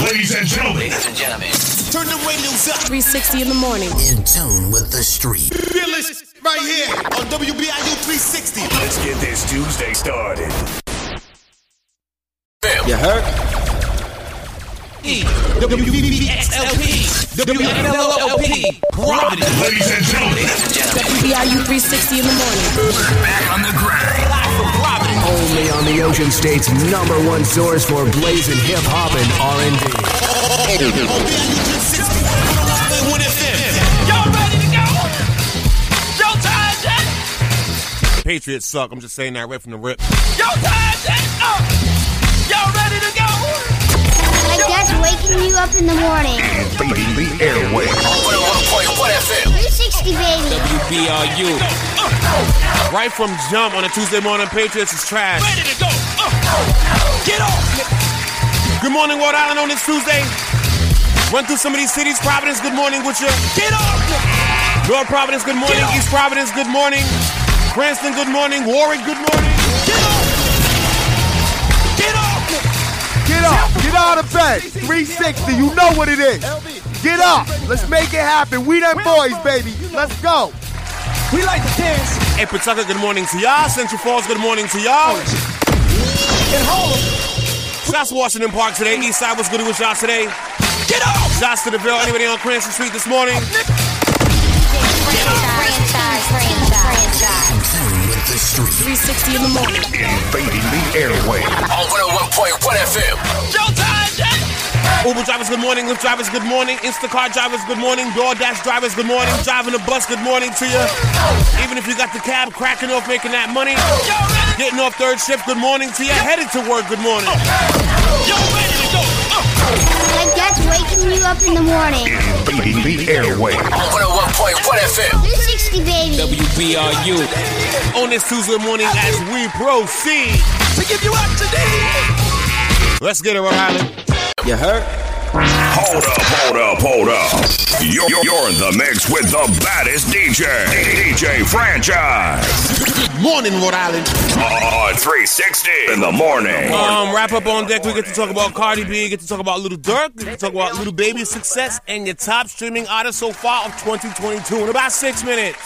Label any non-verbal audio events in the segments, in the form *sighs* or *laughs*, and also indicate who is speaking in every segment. Speaker 1: Ladies and gentlemen,
Speaker 2: Ladies and gentlemen,
Speaker 3: 360 in the morning.
Speaker 4: In tune with the street.
Speaker 5: right here on WBIU 360.
Speaker 1: let's get this Tuesday started.
Speaker 6: You heard?
Speaker 5: WBBXLP. WBLLP.
Speaker 1: Ladies and gentlemen,
Speaker 2: ladies and gentlemen,
Speaker 3: WBIU 360 in the morning.
Speaker 2: back on the grind.
Speaker 7: Only on the Ocean State's number one source for blazing hip hop and R&B.
Speaker 8: Y'all ready to go? Y'all tired yet?
Speaker 6: Patriots suck. I'm just saying that right from the rip.
Speaker 8: Y'all tired yet? Uh, y'all ready to go?
Speaker 9: My dad's waking you up in the morning.
Speaker 1: Beating the airway.
Speaker 2: 101.1 FM.
Speaker 9: 360, baby.
Speaker 6: BRU.
Speaker 8: Uh, uh,
Speaker 6: Right from jump on a Tuesday morning, Patriots is trash.
Speaker 8: ready to go? Uh, uh, get off me.
Speaker 6: Good morning, Rhode Island, on this Tuesday. Run through some of these cities. Providence, good morning with you.
Speaker 8: Get off me.
Speaker 6: North Providence, good morning.
Speaker 8: Get up.
Speaker 6: East Providence, good morning. Princeton, good morning. Warwick, good morning.
Speaker 8: Get off me. Get off me.
Speaker 10: Get up. Get out of bed. 360. You know what it is. Get up. Let's make it happen. We them boys, baby. Let's go.
Speaker 8: We like to dance
Speaker 6: Hey, Pawtucket, good morning to y'all. Central Falls, good morning to y'all.
Speaker 8: in Harlem.
Speaker 6: Shots Washington Park today. East Side, what's good with y'all today?
Speaker 8: Get off.
Speaker 6: Shots to the Ville. Anybody on Cranston Street this morning?
Speaker 9: Franchise, franchise, franchise.
Speaker 4: In tune with the street.
Speaker 3: 360 in the morning.
Speaker 1: Invading the airway.
Speaker 2: On 101.1 FM.
Speaker 8: Y'all tired yet?
Speaker 6: Uber drivers, good morning. Lyft drivers, good morning. Instacart drivers, good morning. DoorDash drivers, good morning. Driving the bus, good morning to you. Even if you got the cab cracking off making that money,
Speaker 8: Y'all ready? Oh.
Speaker 6: getting off third shift, good morning to you. Headed to work, good morning.
Speaker 8: Y'all ready to go? Uh,
Speaker 9: My dad's waking you up in the morning.
Speaker 1: Invading the airway.
Speaker 2: On 101.1 FM.
Speaker 9: 360, baby.
Speaker 6: On this Tuesday morning, as we proceed,
Speaker 8: to give you up today.
Speaker 6: let's get it, Rhode Island.
Speaker 10: You heard?
Speaker 1: Hold up, hold up, hold up. You're, you're, you're in the mix with the baddest DJ. DJ Franchise.
Speaker 6: Good morning, Rhode Island.
Speaker 1: On 360 in the morning.
Speaker 6: Um, wrap up on deck. We get to talk about Cardi B, get to talk about Little Dirk, we get to talk about Little Baby's success, and your top streaming artist so far of 2022 in about six minutes.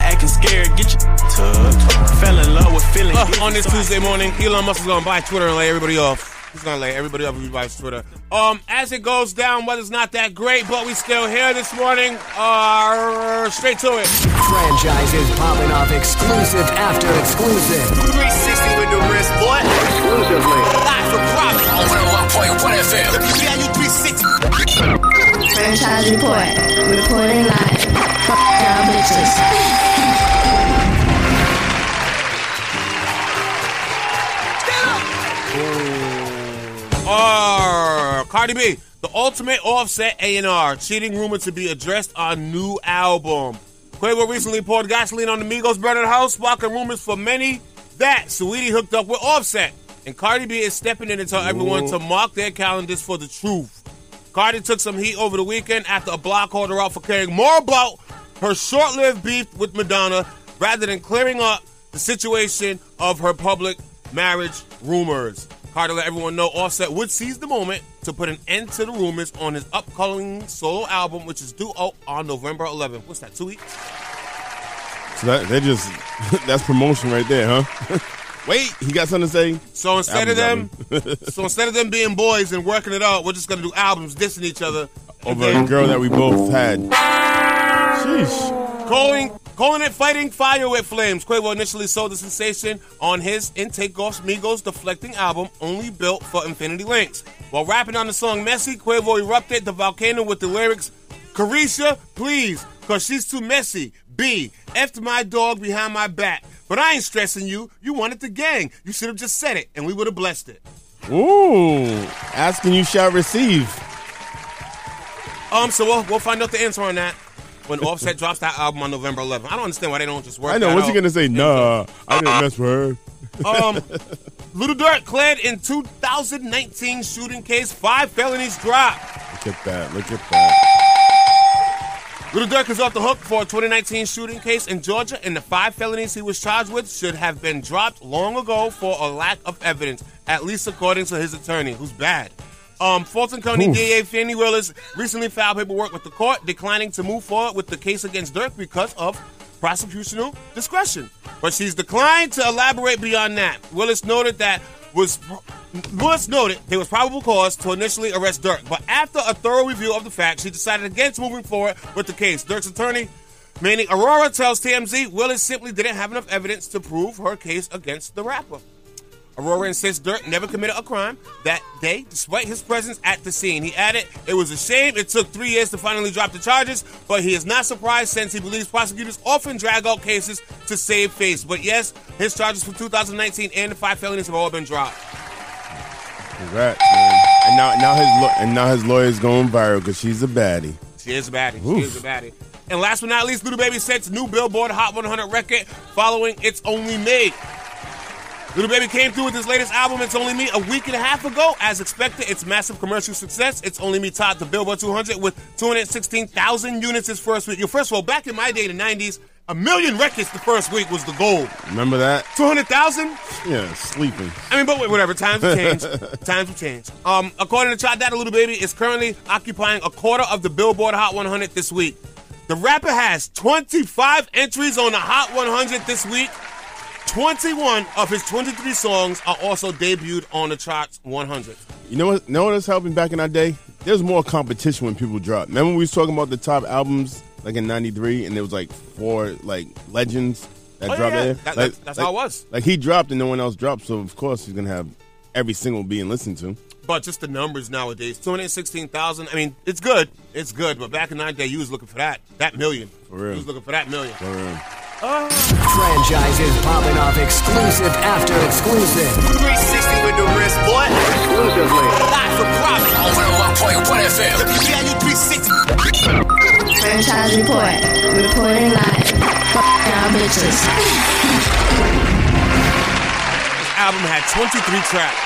Speaker 8: Acting scared, get your tugged. Fell in love with feeling.
Speaker 6: Uh, on this Tuesday morning, Elon Musk is gonna buy Twitter and lay everybody off. He's gonna lay everybody off if he buys Twitter. Um, as it goes down, weather's not that great, but we still here this morning. Uh, straight to it.
Speaker 7: Franchises popping off exclusive after exclusive.
Speaker 5: 360 with the wrist, boy.
Speaker 7: Exclusively.
Speaker 5: Live for profit.
Speaker 2: On 101.1 FM.
Speaker 5: WBIU 360.
Speaker 9: Franchise report. Reporting live. Fuck y'all bitches.
Speaker 6: Uh, Cardi B, the ultimate offset A&R. Cheating rumored to be addressed on new album. Quavo recently poured gasoline on the Migos burning house, sparking rumors for many that Saweetie hooked up with Offset. And Cardi B is stepping in to tell everyone to mark their calendars for the truth. Cardi took some heat over the weekend after a blog called her out for caring more about her short lived beef with Madonna rather than clearing up the situation of her public marriage rumors. Cardi let everyone know Offset would seize the moment to put an end to the rumors on his upcoming solo album, which is due out on November 11th. What's that, two weeks?
Speaker 11: So that they just *laughs* that's promotion right there, huh? Wait, he got something to say.
Speaker 6: So instead of them,
Speaker 11: Album *laughs*
Speaker 6: so instead of them being boys and working it out, we're just gonna do albums dissing each other. and
Speaker 11: Over a
Speaker 6: then
Speaker 11: girl that we both had. Sheesh.
Speaker 6: Calling, calling it fighting fire with flames. Quavo initially sold the sensation on his Intake Golf Migos deflecting album, only built for Infinity Links. While rapping on the song Messy, Quavo erupted the volcano with the lyrics, Carisha, please, cause she's too messy. B, F'd my dog behind my back. But I ain't stressing you. You wanted the gang. You should have just said it, and we would have blessed it.
Speaker 11: Ooh, asking you shall receive.
Speaker 6: Um, so we'll, we'll find out the answer on that when Offset *laughs* drops that album on November 11th. I don't understand why they don't just work.
Speaker 11: I know.
Speaker 6: that
Speaker 11: What's he
Speaker 6: out.
Speaker 11: gonna say? Nah, I didn't mess with her.
Speaker 6: *laughs* Um, Little Dirk cleared in 2019 shooting case, five felonies dropped.
Speaker 11: Look at that. Look at that.
Speaker 6: Little Dirk is off the hook for a 2019 shooting case in Georgia, and the five felonies he was charged with should have been dropped long ago for a lack of evidence, at least according to his attorney, who's bad. Um, Fulton County
Speaker 11: Oof.
Speaker 6: DA Fannie Willis recently filed paperwork with the court declining to move forward with the case against Dirk because of prosecutional discretion. But she's declined to elaborate beyond that. Willis noted that was Willis noted there was probable cause to initially arrest Dirk, but after a thorough review of the facts, she decided against moving forward with the case. Dirk's attorney Meaning, Aurora tells TMZ Willis simply didn't have enough evidence to prove her case against the rapper. Aurora insists Dirk never committed a crime that day, despite his presence at the scene. He added, It was a shame it took three years to finally drop the charges, but he is not surprised since he believes prosecutors often drag out cases to save face. But yes, his charges for 2019 and the five felonies have all been dropped.
Speaker 11: Congrats, man. And now, now his law- and now his lawyer's going viral because she's a baddie.
Speaker 6: She is a baddie. She
Speaker 11: Oof.
Speaker 6: is a baddie. And last but not least, Little Baby sets new Billboard Hot 100 record following It's Only Me. Little Baby came through with his latest album, It's Only Me, a week and a half ago. As expected, its massive commercial success, It's Only Me topped the Billboard 200 with 216,000 units its first week. Yo, First of all, back in my day in the 90s, a million records the first week was the goal.
Speaker 11: Remember that?
Speaker 6: 200,000?
Speaker 11: Yeah, sleeping.
Speaker 6: I mean, but wait, whatever. Times have changed. Times have changed. Um, according to Chad Data, Little Baby is currently occupying a quarter of the Billboard Hot 100 this week. The rapper has 25 entries on the Hot 100 this week. 21 of his 23 songs are also debuted on the charts 100.
Speaker 11: You know what? Know what was helping back in our day? There's more competition when people drop. Remember we was talking about the top albums like in '93, and there was like four like legends that
Speaker 6: Oh,
Speaker 11: dropped
Speaker 6: yeah, yeah.
Speaker 11: there.
Speaker 6: That-
Speaker 11: like,
Speaker 6: that's- that's
Speaker 11: like-
Speaker 6: how it was.
Speaker 11: Like he dropped and no one else dropped, so of course he's gonna have every single being listened to.
Speaker 6: But just the numbers nowadays 216,000. I mean, it's good. It's good. But back in that day, you was looking for that. That million. For
Speaker 11: real.
Speaker 6: You was looking for that million.
Speaker 11: For real.
Speaker 7: Franchises popping off exclusive after exclusive.
Speaker 2: 360 with the wrist, boy.
Speaker 7: Exclusively.
Speaker 2: Not for profit. On 101.1 FM.
Speaker 5: WBIU 360.
Speaker 9: Franchise report. Reporting live. Now bitches.
Speaker 6: album had 23 tracks.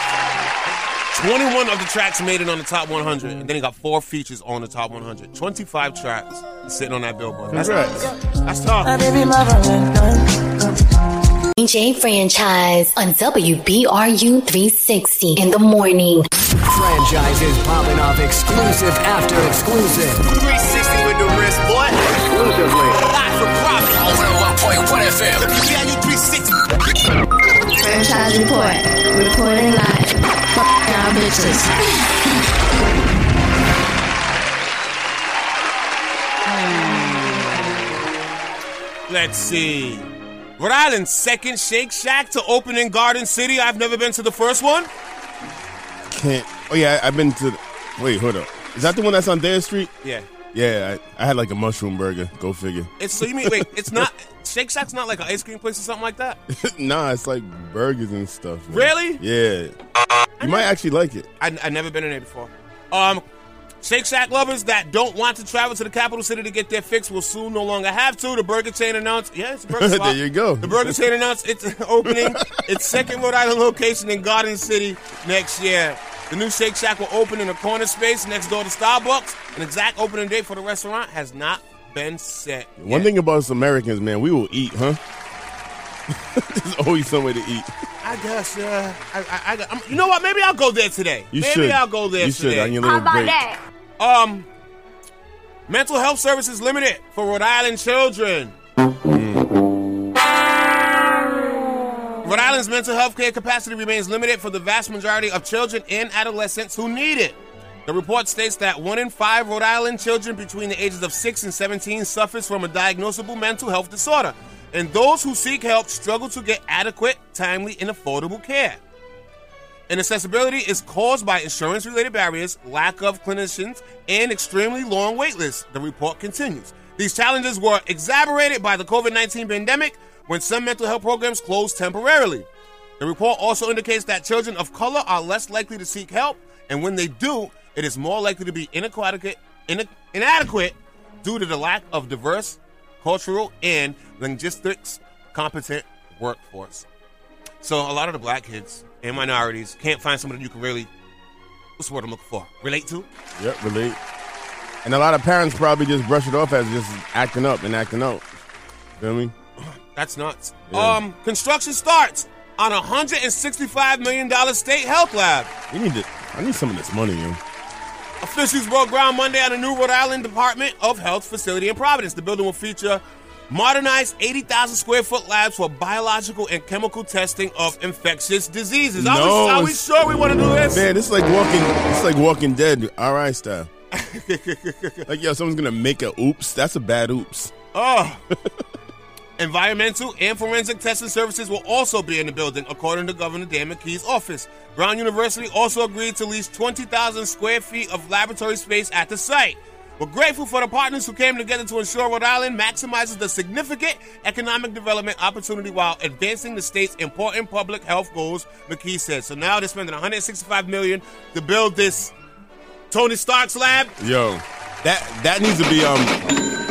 Speaker 6: 21 of the tracks made it on the top 100, and then it got four features on the top 100. 25 tracks sitting on that billboard. That's,
Speaker 11: Congrats.
Speaker 6: that's tough.
Speaker 12: DJ franchise on WBRU 360 in the morning.
Speaker 7: Franchises popping off exclusive after exclusive.
Speaker 2: 360 with the wrist, boy.
Speaker 7: Exclusively.
Speaker 2: Not for profit. On 101.1 FM.
Speaker 5: WBIU 360.
Speaker 9: Franchise report. Reporting live. Now bitches.
Speaker 6: Let's see. Rhode Island's second Shake Shack to open in Garden City. I've never been to the first one.
Speaker 11: Can't. Oh yeah, I, have been to. The, wait, hold up. Is that the one that's on Dare Street?
Speaker 6: Yeah.
Speaker 11: Yeah, I, I had like a mushroom burger. Go figure. *laughs*
Speaker 6: It's so you mean wait, it's not Shake Shack's not like an ice cream place or something like that?
Speaker 11: nah, it's like burgers and stuff. man.
Speaker 6: Really?
Speaker 11: Yeah. You might actually like it.
Speaker 6: I I never been in there before. Um, Shake Shack lovers that don't want to travel to the capital city to get their fix will soon no longer have to. The burger chain announced, yeah, it's a
Speaker 11: *laughs*
Speaker 6: burger spot.
Speaker 11: There you go.
Speaker 6: The burger chain announced its *laughs* opening its second Rhode Island location in Garden City next year. The new Shake Shack will open in a corner space next door to Starbucks. An exact opening date for the restaurant has not been set.
Speaker 11: One thing about us Americans, man, we will eat, huh? *laughs* There's always some way to eat.
Speaker 6: I guess, yeah. I, I, I, got- I'm- you know what? Maybe I'll go there today.
Speaker 11: You
Speaker 6: Maybe
Speaker 11: should.
Speaker 6: I'll go there
Speaker 11: You
Speaker 6: today.
Speaker 11: should on your little break.
Speaker 6: Um, Mental Health Services Limited for Rhode Island children. Rhode Island's mental health care capacity remains limited for the vast majority of children and adolescents who need it. The report states that one in five Rhode Island children between the ages of 6 and 17 suffers from a diagnosable mental health disorder, and those who seek help struggle to get adequate, timely, and affordable care. Inaccessibility is caused by insurance related barriers, lack of clinicians, and extremely long wait lists, the report continues. These challenges were exacerbated by the COVID 19 pandemic when some mental health programs closed temporarily. The report also indicates that children of color are less likely to seek help, and when they do, it is more likely to be inadequate, ina- inadequate due to the lack of diverse, cultural, and linguistics competent workforce. So a lot of the black kids and minorities can't find somebody you can really what's the word I'm looking for? Relate to?
Speaker 11: Yep, relate. And a lot of parents probably just brush it off as just acting up and acting out. Feel me?
Speaker 6: That's nuts.
Speaker 11: Yeah.
Speaker 6: Um, construction starts on a hundred and sixty-five million dollar state health lab.
Speaker 11: We need to I need some of this money, yo.
Speaker 6: Officials broke ground Monday on a new Rhode Island Department of Health facility in Providence. The building will feature modernized 80,000 square foot labs for biological and chemical testing of infectious diseases. Are, we, are we
Speaker 11: it's-
Speaker 6: sure we want to do this?
Speaker 11: Man, this is like walking. It's like Walking Dead, RI
Speaker 6: *laughs*
Speaker 11: style. like yo, someone's gonna make a oops. That's a bad oops.
Speaker 6: Oh. *laughs* Environmental and forensic testing services will also be in the building, according to Governor Dan McKee's office. Brown University also agreed to lease 20,000 square feet of laboratory space at the site. We're grateful for the partners who came together to ensure Rhode Island maximizes the significant economic development opportunity while advancing the state's important public health goals, McKee said. So now they're spending 165 million to build this Tony Stark's lab.
Speaker 11: Yo, that that needs to be um.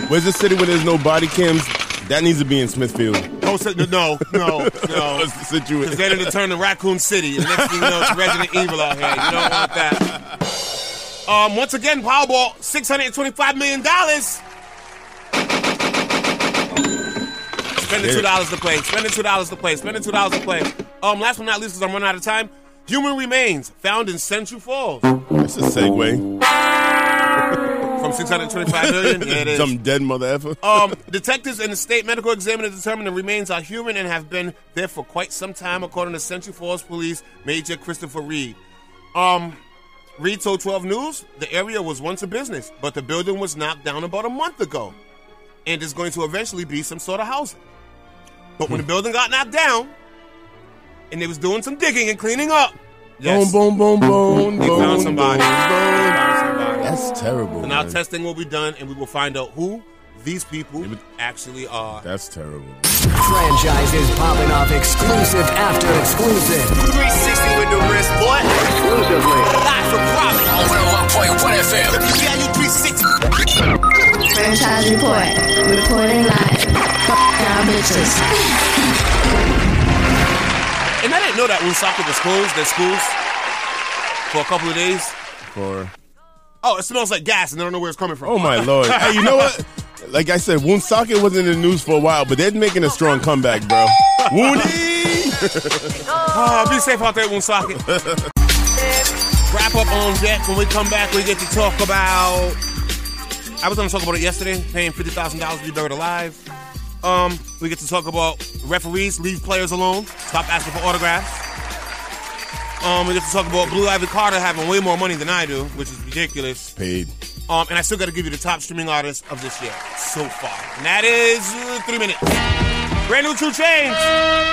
Speaker 11: Where's the city where there's no body cams? That needs to be in Smithfield.
Speaker 6: Oh, so- no,
Speaker 11: *laughs*
Speaker 6: no, no.
Speaker 11: Situation.
Speaker 6: Because then it'll turn to Raccoon City. And next thing you know, it's
Speaker 11: *laughs*
Speaker 6: Resident Evil out here. You don't want that. Um, once again, Powerball, $625 million. Spending $2 to play. Spending $2 to play. Spending $2 to play. Um, last but not least, because I'm running out of time, human remains found in Central Falls.
Speaker 11: That's a segue.
Speaker 6: From 625 million? Yeah, it is.
Speaker 11: Some dead mother effer.
Speaker 6: Um, detectives and the state medical examiner determined the remains are human and have been there for quite some time, according to Central Falls Police Major Christopher Reed. Um, Reed told 12 News the area was once a business, but the building was knocked down about a month ago and is going to eventually be some sort of housing. But
Speaker 11: Hmm.
Speaker 6: when the building got knocked down and they was doing some digging and cleaning up, yes,
Speaker 11: Boom, boom, boom, boom.
Speaker 6: they found somebody.
Speaker 11: That's terrible.
Speaker 6: And our
Speaker 11: Oh, man.
Speaker 6: testing will be done, and we will find out who these people actually are.
Speaker 11: That's terrible.
Speaker 7: Franchises popping off exclusive after exclusive.
Speaker 2: 360 with the wrist, boy.
Speaker 7: Exclusively.
Speaker 2: Live for profit on 101.1 FM. WBIU 360.
Speaker 9: Franchise report. Reporting live. Now bitches.
Speaker 6: And I didn't know that when soccer was closed, their schools for a couple of days.
Speaker 11: For
Speaker 6: Oh, it smells like gas, and I don't know where it's coming from.
Speaker 11: oh my
Speaker 6: *laughs*
Speaker 11: lord. hey, you *laughs* know what? Like I said, Woon Socket wasn't in the news for a while, but they're making a strong comeback, bro. Woody. *laughs*
Speaker 6: Ah, be safe out there, Woonsocket. Wrap up on deck. When we come back, we get to talk about. I was going to talk about it yesterday, paying fifty thousand dollars to be buried alive. Um, we get to talk about referees leave players alone, stop asking for autographs. Um, we get to talk about Blue Ivy Carter having way more money than I do, which is ridiculous.
Speaker 11: Paid.
Speaker 6: Um, and I still got to give you the top streaming artist of this year so far, and that is uh, three minutes. Brand new True Change.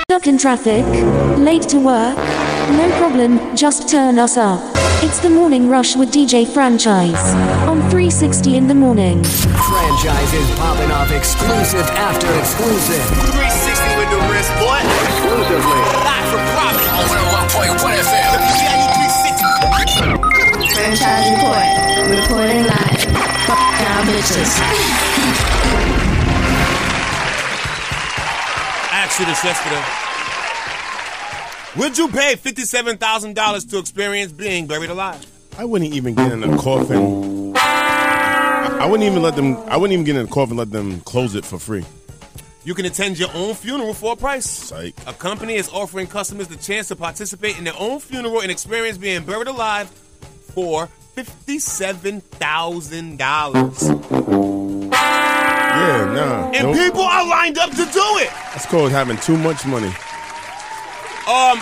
Speaker 13: Stuck in traffic? Late to work? No problem, just turn us up. It's the morning rush with DJ Franchise. On 360 in the morning.
Speaker 7: Franchises popping off exclusive after exclusive.
Speaker 2: 360 with the wrist, boy.
Speaker 7: Exclusively.
Speaker 2: Live for profit on 101.1 FM. WBIU 360.
Speaker 9: Franchise report. Reporting live. Now bitches.
Speaker 6: I asked you this yesterday. Would you pay fifty-seven thousand dollars to experience being buried alive?
Speaker 11: I wouldn't even get in a coffin. I I wouldn't even let them. I wouldn't even get in a coffin. and Let them close it for free.
Speaker 6: You can attend your own funeral for a price. A company is offering customers the chance to participate in their own funeral and experience being buried alive for fifty-seven thousand dollars.
Speaker 11: Yeah, nah.
Speaker 6: And
Speaker 11: Nope.
Speaker 6: people are lined up to do it.
Speaker 11: That's called having too much money. *laughs*
Speaker 6: Um,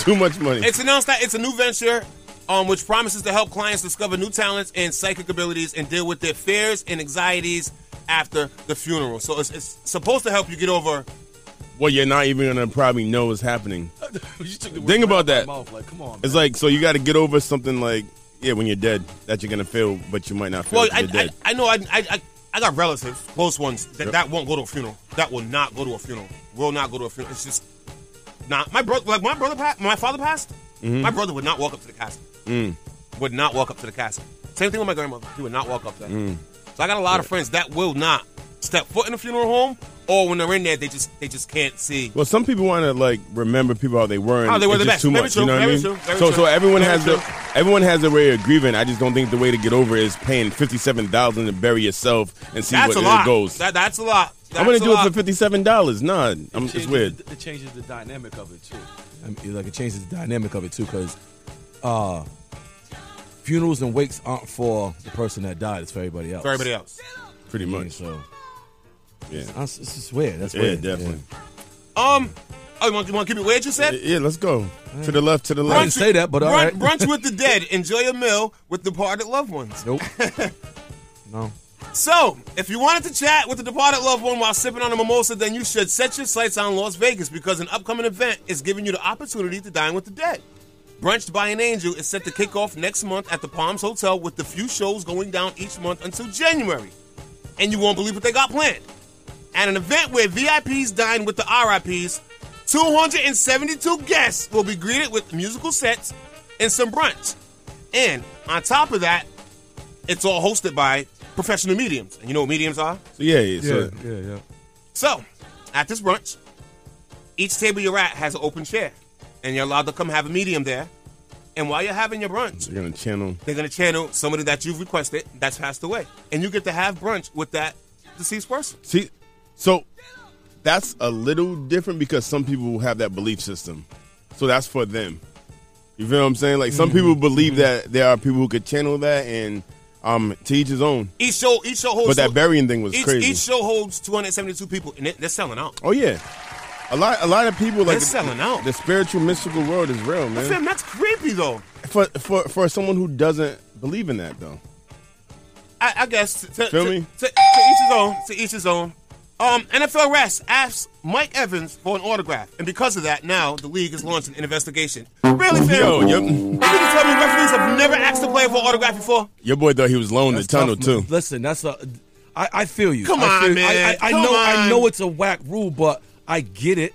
Speaker 11: too much money.
Speaker 6: It's announced that it's a new venture, um, which promises to help clients discover new talents and psychic abilities and deal with their fears and anxieties after the funeral. So it's, it's supposed to help you get over.
Speaker 11: Well, you're not even gonna probably know is happening. Think about that. It's like so you got to get over something like yeah when you're dead that you're gonna feel, but you might not feel.
Speaker 6: Well,
Speaker 11: till
Speaker 6: I,
Speaker 11: you're
Speaker 6: I,
Speaker 11: dead.
Speaker 6: I know I, I, I, I got relatives, close ones that,
Speaker 11: Yep.
Speaker 6: that won't go to a funeral. That will not go to a funeral. Will not go to a funeral. It's just not my brother. Like my brother, pa- my father passed.
Speaker 11: Mhm.
Speaker 6: My brother would not walk up to the casket.
Speaker 11: Mm,
Speaker 6: Would not walk up to the casket. Same thing with my grandmother. He would not walk up there.
Speaker 11: mm.
Speaker 6: So I got a lot of friends that will not step foot in a funeral home, or when they're in there, they just they just can't see.
Speaker 11: Well, some people want to like remember people how they were. And
Speaker 6: How they were
Speaker 11: it's
Speaker 6: the
Speaker 11: just
Speaker 6: best.
Speaker 11: Too
Speaker 6: Very
Speaker 11: much,
Speaker 6: true,
Speaker 11: you know what
Speaker 6: very
Speaker 11: I mean?
Speaker 6: true, very
Speaker 11: so,
Speaker 6: true,
Speaker 11: so everyone
Speaker 6: very
Speaker 11: has
Speaker 6: true.
Speaker 11: a everyone has a way of grieving. I just don't think the way to get over it is paying fifty-seven thousand to bury yourself and see
Speaker 6: that's
Speaker 11: what
Speaker 6: a
Speaker 11: it
Speaker 6: lot.
Speaker 11: goes.
Speaker 6: That, that's a lot. That's
Speaker 11: I'm gonna
Speaker 6: a
Speaker 11: do it
Speaker 6: lot.
Speaker 11: for fifty-seven dollars. Nah, I'm, it's weird.
Speaker 14: It changes the dynamic of it too. I mean, like it changes the dynamic of it too, because uh, funerals and wakes aren't for the person that died. It's for everybody else.
Speaker 6: For everybody else.
Speaker 11: Pretty much.
Speaker 14: So,
Speaker 11: yeah,
Speaker 14: it's, it's just weird. That's
Speaker 11: Yeah,
Speaker 14: weird.
Speaker 11: definitely.
Speaker 6: Um, oh, you want, you want to keep it weird? You said
Speaker 11: Yeah, let's go to the left. To the
Speaker 6: Brunch-
Speaker 11: left.
Speaker 6: brunch, brunch with the dead. Enjoy your meal with departed loved ones. *laughs*
Speaker 14: Nope. No.
Speaker 6: So, if you wanted to chat with a departed loved one while sipping on a mimosa, then you should set your sights on Las Vegas because an upcoming event is giving you the opportunity to dine with the dead. Brunched by an Angel is set to kick off next month at the Palms Hotel with the few shows going down each month until January. And you won't believe what they got planned. At an event where VIPs dine with the RIPs, 272 guests will be greeted with musical sets and some brunch. And on top of that, it's all hosted by professional mediums. And you know what mediums are?
Speaker 11: So, yeah, yeah, so-
Speaker 14: yeah, yeah.
Speaker 6: So, at this brunch, each table you're at has an open chair. And you're allowed to come have a medium there. And while you're having your brunch,
Speaker 11: You're gonna channel.
Speaker 6: they're going to channel somebody that you've requested that's passed away. And you get to have brunch with that deceased person.
Speaker 11: See, so that's a little different because some people have that belief system. So that's for them. You feel what I'm saying? Like some
Speaker 14: Mm-hmm.
Speaker 11: people believe that there are people who could channel that and um to each his own.
Speaker 6: Each show, each show holds.
Speaker 11: But that burying thing was
Speaker 6: each,
Speaker 11: crazy.
Speaker 6: Each show holds 272 people, and they- they're selling out.
Speaker 11: Oh yeah. A lot a lot of people like
Speaker 6: They're selling out.
Speaker 11: The spiritual mystical world is real,
Speaker 6: I said,
Speaker 11: man.
Speaker 6: that's creepy though.
Speaker 11: For for for someone who doesn't believe in that though.
Speaker 6: I, I guess. To,
Speaker 11: Feel
Speaker 6: to,
Speaker 11: me?
Speaker 6: To, to each his own. To each his own. Um, NFL Rest asks Mike Evans for an autograph, and because of that, now the league is launching an investigation. Really, fam?
Speaker 11: Yo, yo.
Speaker 6: You mean to tell me referees have never asked a player for an autograph before?
Speaker 11: Your boy thought he was low in the tunnel
Speaker 14: tough,
Speaker 11: too.
Speaker 14: man. Listen, that's a. I, I feel you.
Speaker 6: Come
Speaker 14: I
Speaker 6: on,
Speaker 14: feel-
Speaker 6: man.
Speaker 14: I, I, I
Speaker 6: Come
Speaker 14: know. I
Speaker 6: on.
Speaker 14: know it's a whack rule, but I get it.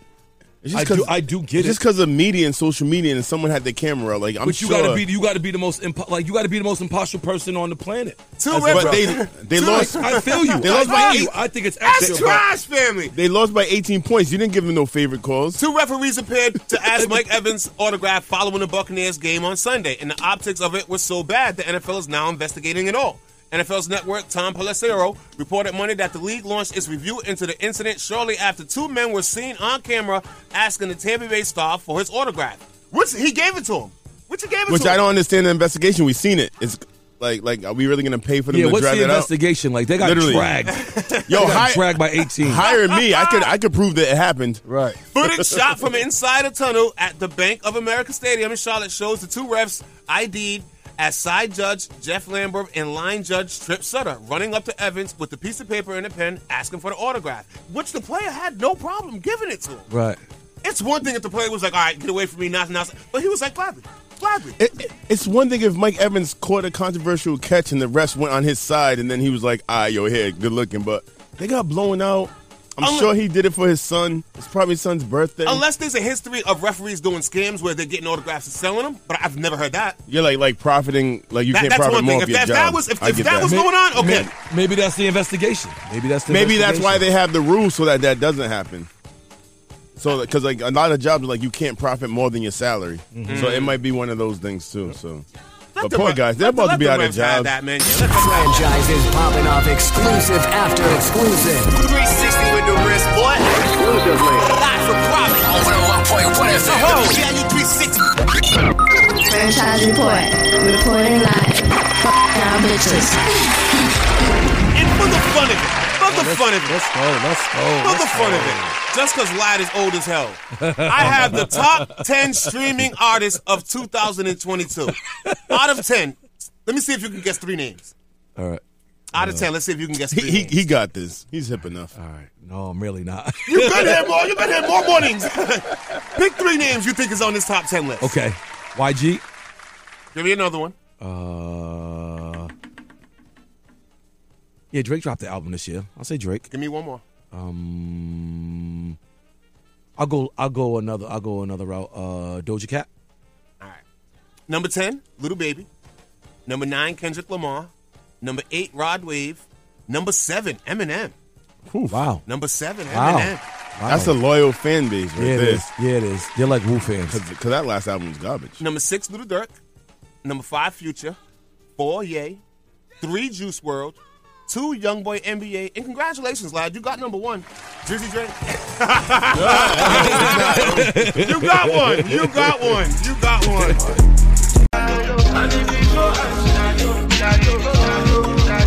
Speaker 14: I do. I do get
Speaker 11: it's
Speaker 14: it.
Speaker 11: Just because of media and social media and someone had the camera, like I'm
Speaker 14: but you
Speaker 11: sure.
Speaker 14: gotta be. You gotta be the most. Impo- like you gotta be the most impartial person on the planet.
Speaker 6: Two
Speaker 14: As a rep.
Speaker 6: rep-
Speaker 11: But
Speaker 14: *laughs*
Speaker 11: they they
Speaker 14: Two-
Speaker 11: lost.
Speaker 14: I feel
Speaker 6: *laughs*
Speaker 14: you.
Speaker 11: They
Speaker 14: I
Speaker 11: lost by
Speaker 14: feel
Speaker 11: eight.
Speaker 14: you. I think it's
Speaker 6: That's
Speaker 14: extra.
Speaker 6: trash, family.
Speaker 11: They lost by 18 points. You didn't give them no favorite calls.
Speaker 6: Two referees appeared to
Speaker 14: *laughs*
Speaker 6: ask Mike Evans' autograph following the Buccaneers game on Sunday, and the optics of it was so bad the NFL is now investigating it all. NFL's network, Tom Pelissero, reported Monday that the league launched its review into the incident shortly after two men were seen on camera asking the Tampa Bay star for his autograph, which he gave it to him. Which he gave it
Speaker 11: Which
Speaker 6: to
Speaker 11: I
Speaker 6: him.
Speaker 11: don't understand the investigation. We've seen it. It's like, like, are we really gonna pay for them
Speaker 14: Yeah,
Speaker 11: to
Speaker 14: what's
Speaker 11: drive
Speaker 14: the
Speaker 11: that out?
Speaker 14: investigation like? They got
Speaker 11: Literally. *laughs*
Speaker 14: dragged.
Speaker 11: Yo,
Speaker 14: they got
Speaker 11: hi-
Speaker 14: dragged by eighteen.
Speaker 11: Hire me. I could, I could prove that it happened. Right.
Speaker 6: Footage shot from inside a tunnel at the Bank of America Stadium in Charlotte shows the two refs ID'd as side judge Jeff Lambert and line judge Trip Sutter running up to Evans with the piece of paper and a pen asking for the autograph, which the player had no problem giving it to him.
Speaker 14: Right.
Speaker 6: It's one thing if the player was like, all right, get away from me, not, not, but he was like, gladly, gladly.
Speaker 11: It, it- it's one thing if Mike Evans caught a controversial catch and the refs went on his side, and then he was like, "Ah, yo, here, good looking," but they got blown out. I'm
Speaker 6: Unle-
Speaker 11: sure he did it for his son. It's probably his son's birthday.
Speaker 6: Unless there's a history of referees doing scams where they're getting autographs and selling them, but I've never heard that.
Speaker 11: You're like like profiting, like you
Speaker 6: That-
Speaker 11: can't
Speaker 6: that's
Speaker 11: profit
Speaker 6: one
Speaker 11: more off
Speaker 6: thing. If
Speaker 11: your
Speaker 6: that-
Speaker 11: job.
Speaker 6: that was- if-
Speaker 11: I
Speaker 6: if
Speaker 11: get
Speaker 6: that was going on, okay.
Speaker 14: Maybe, maybe that's the investigation. Maybe that's the
Speaker 11: Maybe that's why they
Speaker 14: investigation.
Speaker 11: have the rules so that that doesn't happen. So, because like a lot of jobs, like you can't profit more than your salary,
Speaker 14: Mm-hmm.
Speaker 6: Mhm.
Speaker 11: so it might be one of those things too. So, but
Speaker 6: the
Speaker 11: poor
Speaker 6: ref-
Speaker 11: guys, they're
Speaker 6: let the-
Speaker 11: about to
Speaker 6: let
Speaker 11: be
Speaker 6: the
Speaker 11: out of
Speaker 6: refs
Speaker 11: jobs.
Speaker 6: have that, man.
Speaker 7: Franchise is popping off exclusive after exclusive.
Speaker 2: 360 with the wrist, boy.
Speaker 7: Exclusively.
Speaker 2: Live for profit. Over the 1.1 FM.
Speaker 5: BIU 360.
Speaker 9: Franchise report. Reporting live. Fuck y'all bitches.
Speaker 6: And for the fun of it, for the fun of it.
Speaker 14: Let's go. Let's go.
Speaker 6: For the fun of it. Just because Lad is old as hell. I have the top 10 streaming artists of 2022. Out of 10. Let me see if you can guess three names.
Speaker 14: All right.
Speaker 6: Out of 10, let's see if you can guess
Speaker 11: He,
Speaker 6: three
Speaker 11: he
Speaker 6: names.
Speaker 11: he got this. He's hip enough. All
Speaker 14: right. No, I'm really not.
Speaker 11: *laughs*
Speaker 14: *laughs*
Speaker 6: You've been here more. You've been here more mornings. *laughs* Pick three names you think is on this top 10 list.
Speaker 14: Okay. YG.
Speaker 6: Give me another one.
Speaker 14: Uh. Yeah, Drake dropped the album this year. I'll say Drake.
Speaker 6: Give me one more.
Speaker 14: Um. I'll go. I'll go another. I'll go another route. Uh, Doja Cat.
Speaker 6: Number 10, Little Baby. Number 9, Kendrick Lamar. Number 8, Rod Wave. Number 7, Eminem.
Speaker 14: Wow.
Speaker 6: Number 7,
Speaker 14: Wow.
Speaker 6: Eminem.
Speaker 14: Wow.
Speaker 11: That's a loyal fan base right
Speaker 14: yeah, it
Speaker 11: there.
Speaker 14: is. Yeah, it is. They're like Wu fans.
Speaker 11: Because that last album was garbage.
Speaker 6: Number six, Little Dirk. Number five, Future. Four, Ye. Three, Juice World. Two, Young Boy NBA. And congratulations, lad. You got number one. Drizzy Drake. you got one. You got one. You got one.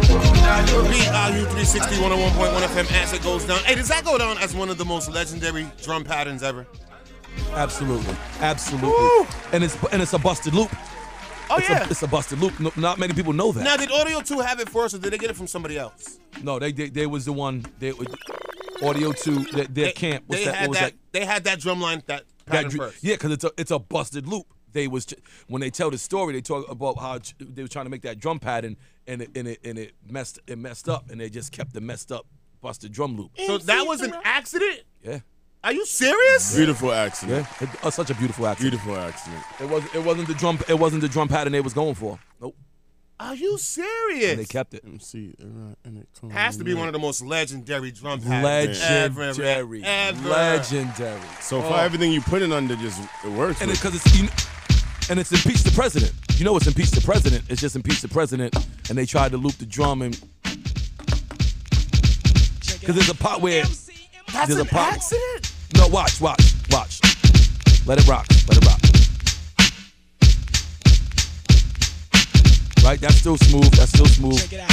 Speaker 6: BRU 360 101.1 FM as it goes down. Hey, does that go down as one of the most legendary drum patterns ever?
Speaker 14: Absolutely, absolutely, and it's and it's a busted loop.
Speaker 6: Oh,
Speaker 14: it's
Speaker 6: yeah.
Speaker 14: a, it's a busted loop. No, not many people know that.
Speaker 6: Now, did Audio 2 have it first or did they get it from somebody else?
Speaker 14: No, they they, they was the one. They was- audio two. Their, their camp. What's
Speaker 6: they
Speaker 14: that? What
Speaker 6: had
Speaker 14: was
Speaker 6: that, They had that drum line, that
Speaker 14: That
Speaker 6: pattern
Speaker 14: dr-
Speaker 6: first.
Speaker 14: Yeah, because it's a it's a busted loop. They was j- when they tell the story, they talk about how j- they were trying to make that drum pattern, and it and it and it messed it messed up, and they just kept the messed up busted drum loop.
Speaker 6: So that was an accident?
Speaker 14: Yeah.
Speaker 6: Are you serious?
Speaker 11: Beautiful accident.
Speaker 14: Yeah, it- uh, such a beautiful accident.
Speaker 11: Beautiful accident.
Speaker 14: It was it wasn't the drum it wasn't the drum pattern they was going for. Nope.
Speaker 6: Are you serious?
Speaker 14: And they kept it.
Speaker 11: see, and it comes.
Speaker 6: Has to be one of the most legendary drum patterns
Speaker 14: Legendary.
Speaker 6: ever. ever.
Speaker 14: Legendary.
Speaker 11: So
Speaker 14: Oh.
Speaker 11: far, everything you put it under just it works.
Speaker 14: and
Speaker 11: with-
Speaker 14: because it's you kn- and it's impeach the president. You know it's impeach the president. It's just impeach the president, and they tried to loop the drum and because there's a pot where
Speaker 6: That's
Speaker 14: there's
Speaker 6: an
Speaker 14: a pot.
Speaker 6: accident?
Speaker 14: No, watch, watch, watch. Let it rock. Let it rock. Right, that's still smooth. That's still smooth.
Speaker 15: Check it out.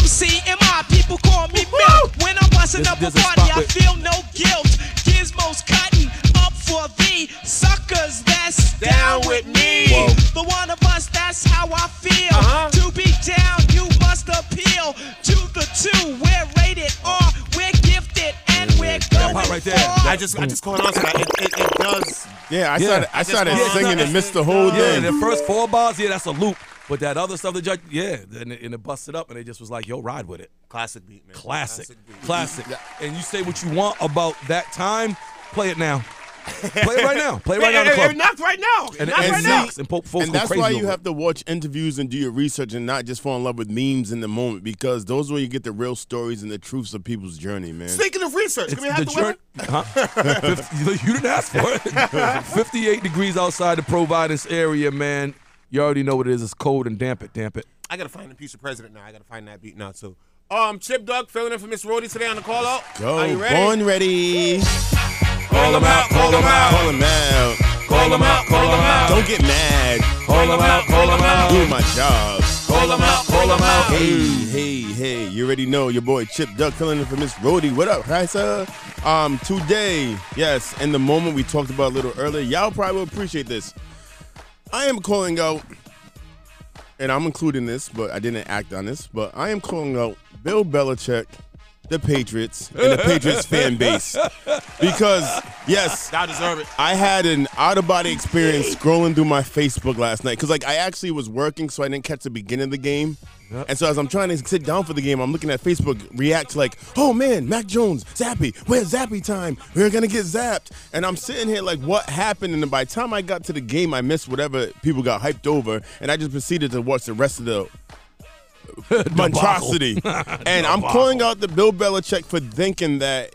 Speaker 15: MCMI, people call me milk. When I'm busting
Speaker 14: This-
Speaker 15: up a
Speaker 14: this is
Speaker 15: party,
Speaker 14: spot
Speaker 15: I
Speaker 14: where-
Speaker 15: feel no guilt. Gizmos cutting up for the suckers that's down, with me.
Speaker 2: Whoa.
Speaker 15: The one of us, that's how I feel.
Speaker 6: Uh-huh.
Speaker 15: To be down, you must appeal to the two. We're rated R, we're gifted, and we're going far.
Speaker 6: I just, I just caught on to that. It, it, it does.
Speaker 11: Yeah, I started. I
Speaker 6: just
Speaker 11: started
Speaker 6: caught on to
Speaker 11: singing
Speaker 6: that.
Speaker 11: and missed the whole
Speaker 14: Yeah,
Speaker 11: thing.
Speaker 14: the first four bars, yeah, that's a loop. But that other stuff, the judge, yeah, and it, and it busted up, and they just was like, "Yo, ride with it."
Speaker 6: Classic beat, man.
Speaker 14: Classic,
Speaker 6: Classic
Speaker 14: classic. And you say what you want about that time. Play it now. Play it right now. Play it
Speaker 6: *laughs*
Speaker 14: right now. in the
Speaker 6: Hey, hey,
Speaker 14: club.
Speaker 6: hey, knock right now. Knock right
Speaker 11: see,
Speaker 6: now.
Speaker 14: and Pope folks
Speaker 11: and
Speaker 14: go
Speaker 11: that's
Speaker 14: crazy
Speaker 11: why
Speaker 14: over
Speaker 11: you
Speaker 14: it.
Speaker 11: have to watch interviews and do your research and not just fall in love with memes in the moment because those are where you get the real stories and the truths of people's journey, man.
Speaker 6: Speaking of research, can we have the,
Speaker 14: the
Speaker 6: weather?
Speaker 14: Huh? *laughs* 50 you didn't ask
Speaker 11: *laughs*
Speaker 14: for it. 58 degrees outside the Providence area, man. You already know what it is. It's cold and damp it, damp it.
Speaker 6: I gotta find a piece of president now. I gotta find that beat now too. Um, Chip Duck filling in for Miss Rhodey today on the call out.
Speaker 11: Go,
Speaker 6: Are you ready?
Speaker 11: born ready.
Speaker 6: Call 'em out, call 'em out.
Speaker 11: call 'em out, call 'em out, call 'em out. Don't get mad, call 'em out, call 'em out. Do my job, call 'em out, call 'em out. Hey, hey, hey! You already know your boy Chip Duck filling in for Miss Rhodey. What up, Raisa? Um, today, yes, in the moment we talked about a little earlier, y'all probably will appreciate this. I am calling out, and I'm including this, but I didn't act on this, but I am calling out Bill Belichick, the Patriots, and the *laughs* Patriots fan base. Because,
Speaker 6: *laughs*
Speaker 11: yes,
Speaker 6: I deserve it.
Speaker 11: I had an out of body experience scrolling through my Facebook last night. Because, like, I actually was working, so I didn't catch the beginning of the game. And so as I'm trying to sit down for the game, I'm looking at Facebook react to like, oh man, Mac Jones, Zappy, where's Zappy time? We're gonna get zapped. And I'm sitting here like, what happened? And then by the time I got to the game, I missed whatever people got hyped over, and I just proceeded to watch the rest of
Speaker 6: *laughs*
Speaker 11: the monstrosity. and I'm
Speaker 14: Debacle.
Speaker 11: calling out the Bill Belichick for thinking that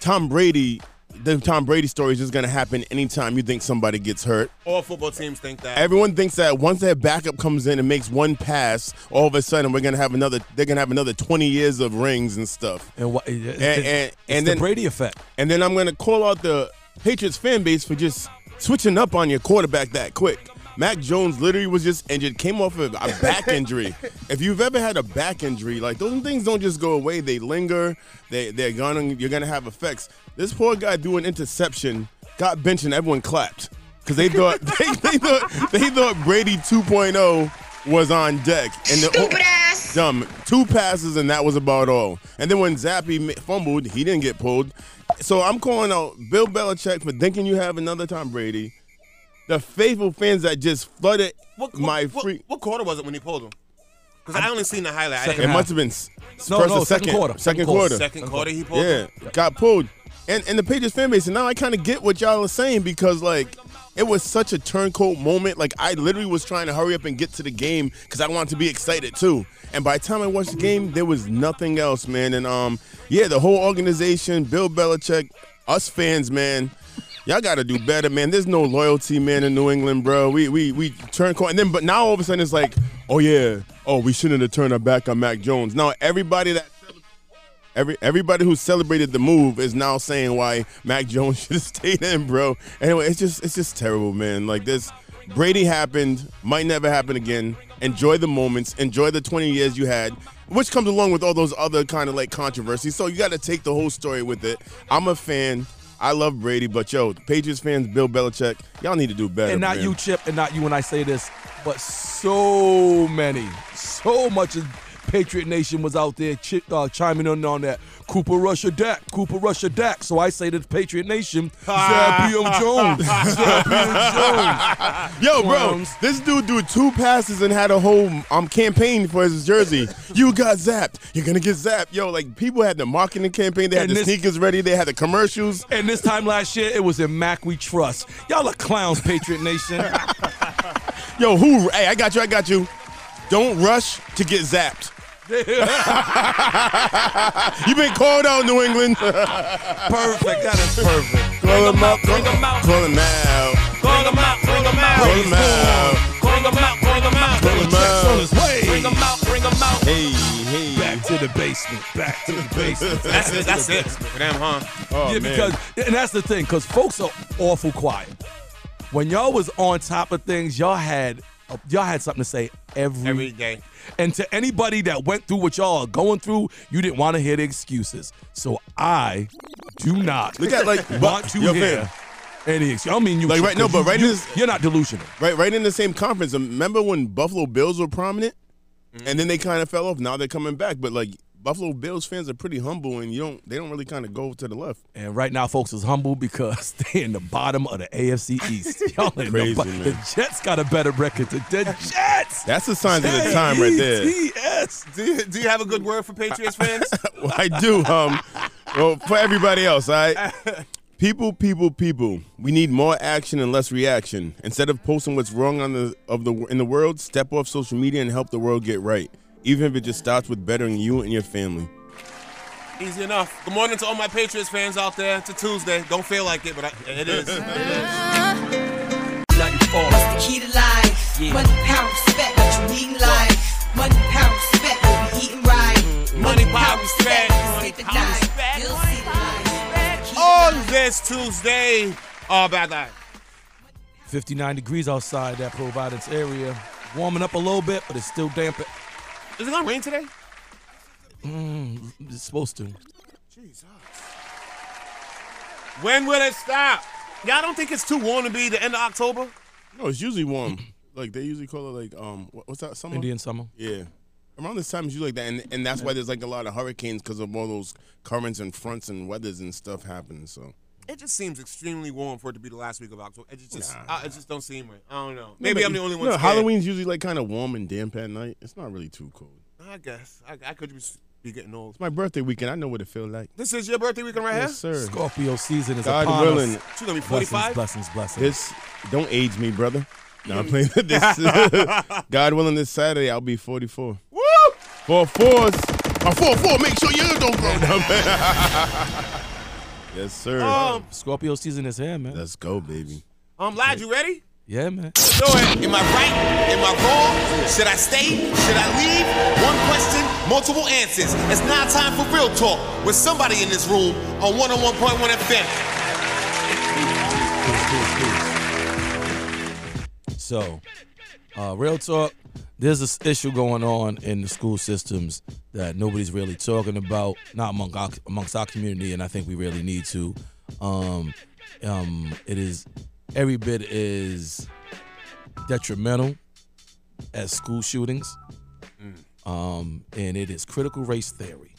Speaker 11: Tom Brady, the Tom Brady story is just gonna happen anytime you think somebody gets hurt.
Speaker 6: All football teams think that.
Speaker 11: Everyone thinks that once their backup comes in and makes one pass, all of a sudden we're gonna have another. They're gonna have another twenty years of rings and stuff.
Speaker 14: And what? And,
Speaker 11: and, and,
Speaker 14: the
Speaker 11: then
Speaker 14: Brady effect.
Speaker 11: And then I'm gonna call out the Patriots fan base for just switching up on your quarterback that quick. Mac Jones literally was just injured, came off of a back injury. if you've ever had a back injury, like those things don't just go away; they linger. They they're gonna you're gonna have effects. This poor guy threw an interception, got benched, and everyone clapped because they thought *laughs* they, they thought they thought Brady 2.0 was on deck. And the, Stupid ass. Dumb. Two passes and that was about all. And then when Zappy m- fumbled, he didn't get pulled. So I'm calling out Bill Belichick for thinking you have another Tom Brady. The faithful fans that just flooded
Speaker 6: What, what,
Speaker 11: my
Speaker 6: what,
Speaker 11: free.
Speaker 6: what quarter was it when he pulled him? Because I only seen the highlight. I
Speaker 11: It
Speaker 6: didn't-
Speaker 11: must have been s-
Speaker 6: No,
Speaker 11: first
Speaker 6: no,
Speaker 11: or
Speaker 6: second
Speaker 11: second,
Speaker 6: quarter. Second
Speaker 11: Second
Speaker 6: quarter.
Speaker 11: quarter.
Speaker 6: Second quarter he pulled
Speaker 11: Yeah,
Speaker 6: him? *laughs*
Speaker 11: got pulled. And and the Patriots fan base. And now I kind of get what y'all are saying because like it was such a turncoat moment. Like I literally was trying to hurry up and get to the game because I wanted to be excited too. And by the time I watched the game, there was nothing else, man. And um, yeah, the whole organization, Bill Belichick, us fans, man. Y'all gotta do better, man. There's no loyalty, man, in New England, bro. We we we turn coin, and then but now all of a sudden it's like, oh yeah, oh we shouldn't have turned our back on Mac Jones. Now everybody that Every everybody who celebrated the move is now *laughs* saying why Mac Jones should have stayed in, bro. Anyway, it's just it's just terrible, man. Like this Brady happened, might never happen again. Enjoy the moments, enjoy the 20 years you had, which comes along with all those other kind of like controversies. So you got to take the whole story with it. I'm a fan. I love Brady, but yo, Patriots fans, Bill Belichick, y'all need to do better.
Speaker 14: and not
Speaker 11: man.
Speaker 14: you, Chip, and not you when I say this, but so many, so much of Patriot Nation was out there chi- uh, chiming in on that. Cooper Russia Dak, Cooper Russia Dak. So I say to the Patriot Nation, Zabio
Speaker 11: *laughs*
Speaker 14: Jones, *laughs* Zabio Jones.
Speaker 11: Yo, bro, this dude do two passes and had a whole um campaign for his jersey. you got zapped. You're gonna get zapped. Yo, like people had the marketing campaign. They had
Speaker 14: And
Speaker 11: the
Speaker 14: this-
Speaker 11: sneakers ready. They had the commercials.
Speaker 14: And this time last year, it was in Mac We Trust. Y'all are clowns, Patriot Nation.
Speaker 11: Yo, who? Hey, I got you. I got you. Don't rush to get zapped. *laughs* You've been called out, New England. *laughs* perfect.
Speaker 14: That is perfect.
Speaker 11: Call him up. Call him out. Call him out.
Speaker 15: Call them out, bring them out.
Speaker 11: Call him out.
Speaker 15: Bring them out, bring them out.
Speaker 11: Bring 'em out.
Speaker 15: On his way. Bring them out, bring them out.
Speaker 11: Hey, hey.
Speaker 14: Back to the basement. Back to the basement.
Speaker 6: That's it. That's it. Damn, huh? Oh,
Speaker 14: yeah,
Speaker 6: man.
Speaker 14: because and that's the thing, because folks are awful quiet. When y'all was on top of things, y'all had y'all had something to say every
Speaker 6: Every day.
Speaker 14: And to anybody that went through what y'all are going through, you didn't want to hear the excuses. So I do not
Speaker 11: Look at, like,
Speaker 14: want to
Speaker 11: yo, fam.
Speaker 14: hear any excuse. I mean you
Speaker 11: Like right now,
Speaker 14: because
Speaker 11: but
Speaker 14: you-
Speaker 11: right
Speaker 14: you-
Speaker 11: in this,
Speaker 14: you're not delusional.
Speaker 11: Right, right in the same conference. Remember when Buffalo Bills were prominent, and then they kind of fell off. Now they're coming back, but like Buffalo Bills fans are pretty humble, and you don't they don't really kind of go to the left. *laughs*
Speaker 14: And right now, folks is humble because *laughs* they in the bottom of the
Speaker 11: *laughs*
Speaker 14: AFC East. Y'all in
Speaker 11: Crazy,
Speaker 14: the, bo-
Speaker 11: man.
Speaker 14: the Jets got a better record. than The Jets.
Speaker 11: That's the signs of the time right there.
Speaker 14: Yes.
Speaker 6: E Do you, do you have a good word for
Speaker 11: *laughs*
Speaker 6: Patriots fans?
Speaker 11: Well, I do. Um, well, for everybody else, all right? People, people, people. We need more action and less reaction. Instead of posting what's wrong on the of the in the world, step off social media and help the world get right. Even if it just starts with bettering you and your family.
Speaker 6: Easy enough. Good morning to all my Patriots fans out there. It's a Tuesday. Don't feel like it, but I, it is. It is.
Speaker 16: What's the key to life?
Speaker 6: Yeah.
Speaker 16: Money, power, respect. What you need in life? Money, power, respect. What we eating right?
Speaker 2: Mm-hmm.
Speaker 16: Money, power, respect. Sleep at night. You'll see the light.
Speaker 6: On this Tuesday, Oh, all about that.
Speaker 14: 59 degrees outside that Providence area. Warming up a little bit, but it's still damp.
Speaker 6: Is it gonna rain today?
Speaker 14: Mm, it's supposed to.
Speaker 6: Jesus. When will it stop? Y'all don't think it's too warm to be the end of October?
Speaker 11: No, it's usually warm. *clears throat* like they usually call it like um, what- what's that summer?
Speaker 14: Indian summer.
Speaker 11: Yeah. Around this time is usually like that, and, and that's why there's like a lot of hurricanes because of all those currents and fronts and weathers and stuff happening. So
Speaker 6: It just seems extremely warm for it to be the last week of October. It just, just I, it just don't seem right. I don't know. Maybe
Speaker 11: No, but-
Speaker 6: I'm the only one.
Speaker 11: No,
Speaker 6: scared.
Speaker 11: Halloween's usually like kind of warm and damp at night. It's not really too cold.
Speaker 6: I guess I, I could just be getting old.
Speaker 11: It's my birthday weekend. I know what it feels like.
Speaker 6: This is your birthday weekend right
Speaker 11: Yes,
Speaker 6: here.
Speaker 11: sir.
Speaker 14: Scorpio season is
Speaker 11: God
Speaker 14: upon
Speaker 11: willing.
Speaker 14: us.
Speaker 6: She gonna be 45?
Speaker 14: Blessings, blessings, blessings.
Speaker 11: This don't age me,
Speaker 6: *laughs*
Speaker 11: brother. No, I'm playing this. *laughs* God willing, this Saturday I'll be 44. Woo! Four fours. My four four. Make sure you don't grow down, man. *laughs* yes, sir.
Speaker 6: Um,
Speaker 14: Scorpio season is here, man.
Speaker 11: Let's go, baby.
Speaker 6: Um, Lad, you ready?
Speaker 14: Yeah, man.
Speaker 6: Do it.
Speaker 5: Am I right? Am I wrong? Should I stay? Should I leave? One question, multiple answers. It's now time for real talk with somebody in this room on 101.1 FM.
Speaker 14: So, uh, real talk, there's this issue going on in the school systems that nobody's really talking about, not among our, amongst our community, and I think we really need to. Um, um, it is every bit is detrimental as school shootings, um, and it is critical race theory.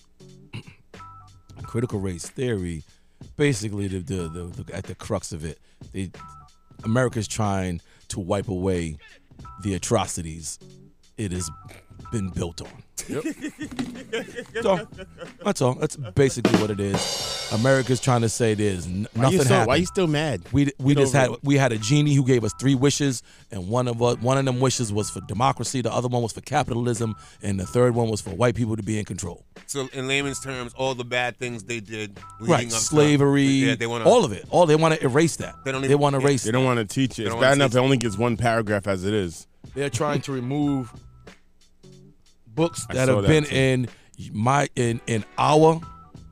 Speaker 14: critical race theory, basically the, the, the, the at the crux of it, they, America's trying to wipe away the atrocities it has been built on. so, that's all. That's basically what it is. America's trying to say there's n-
Speaker 11: Why you
Speaker 14: nothing.
Speaker 11: so- why
Speaker 14: happened.
Speaker 11: you still mad?
Speaker 14: We we
Speaker 11: Get
Speaker 14: just
Speaker 11: over
Speaker 14: had
Speaker 11: it.
Speaker 14: we had a genie who gave us three wishes, and one of us, one of them wishes was for democracy, the other one was for capitalism, and the third one was for white people to be in control.
Speaker 6: So, in layman's terms, all the bad things they did, leading
Speaker 14: right?
Speaker 6: up to-
Speaker 14: Slavery,
Speaker 6: yeah, they wanna,
Speaker 14: all of it. All they want to erase that. They don't.
Speaker 6: don't
Speaker 14: They
Speaker 6: even-
Speaker 14: want to erase.
Speaker 11: They
Speaker 14: that.
Speaker 11: don't want to teach it.
Speaker 14: They
Speaker 11: It's
Speaker 14: don't
Speaker 11: bad
Speaker 14: wanna
Speaker 11: enough
Speaker 14: teach
Speaker 11: it only gets one paragraph as it is.
Speaker 14: They're trying to remove books
Speaker 11: I
Speaker 14: that
Speaker 11: saw
Speaker 14: have
Speaker 11: that
Speaker 14: been
Speaker 11: too.
Speaker 14: in my in in our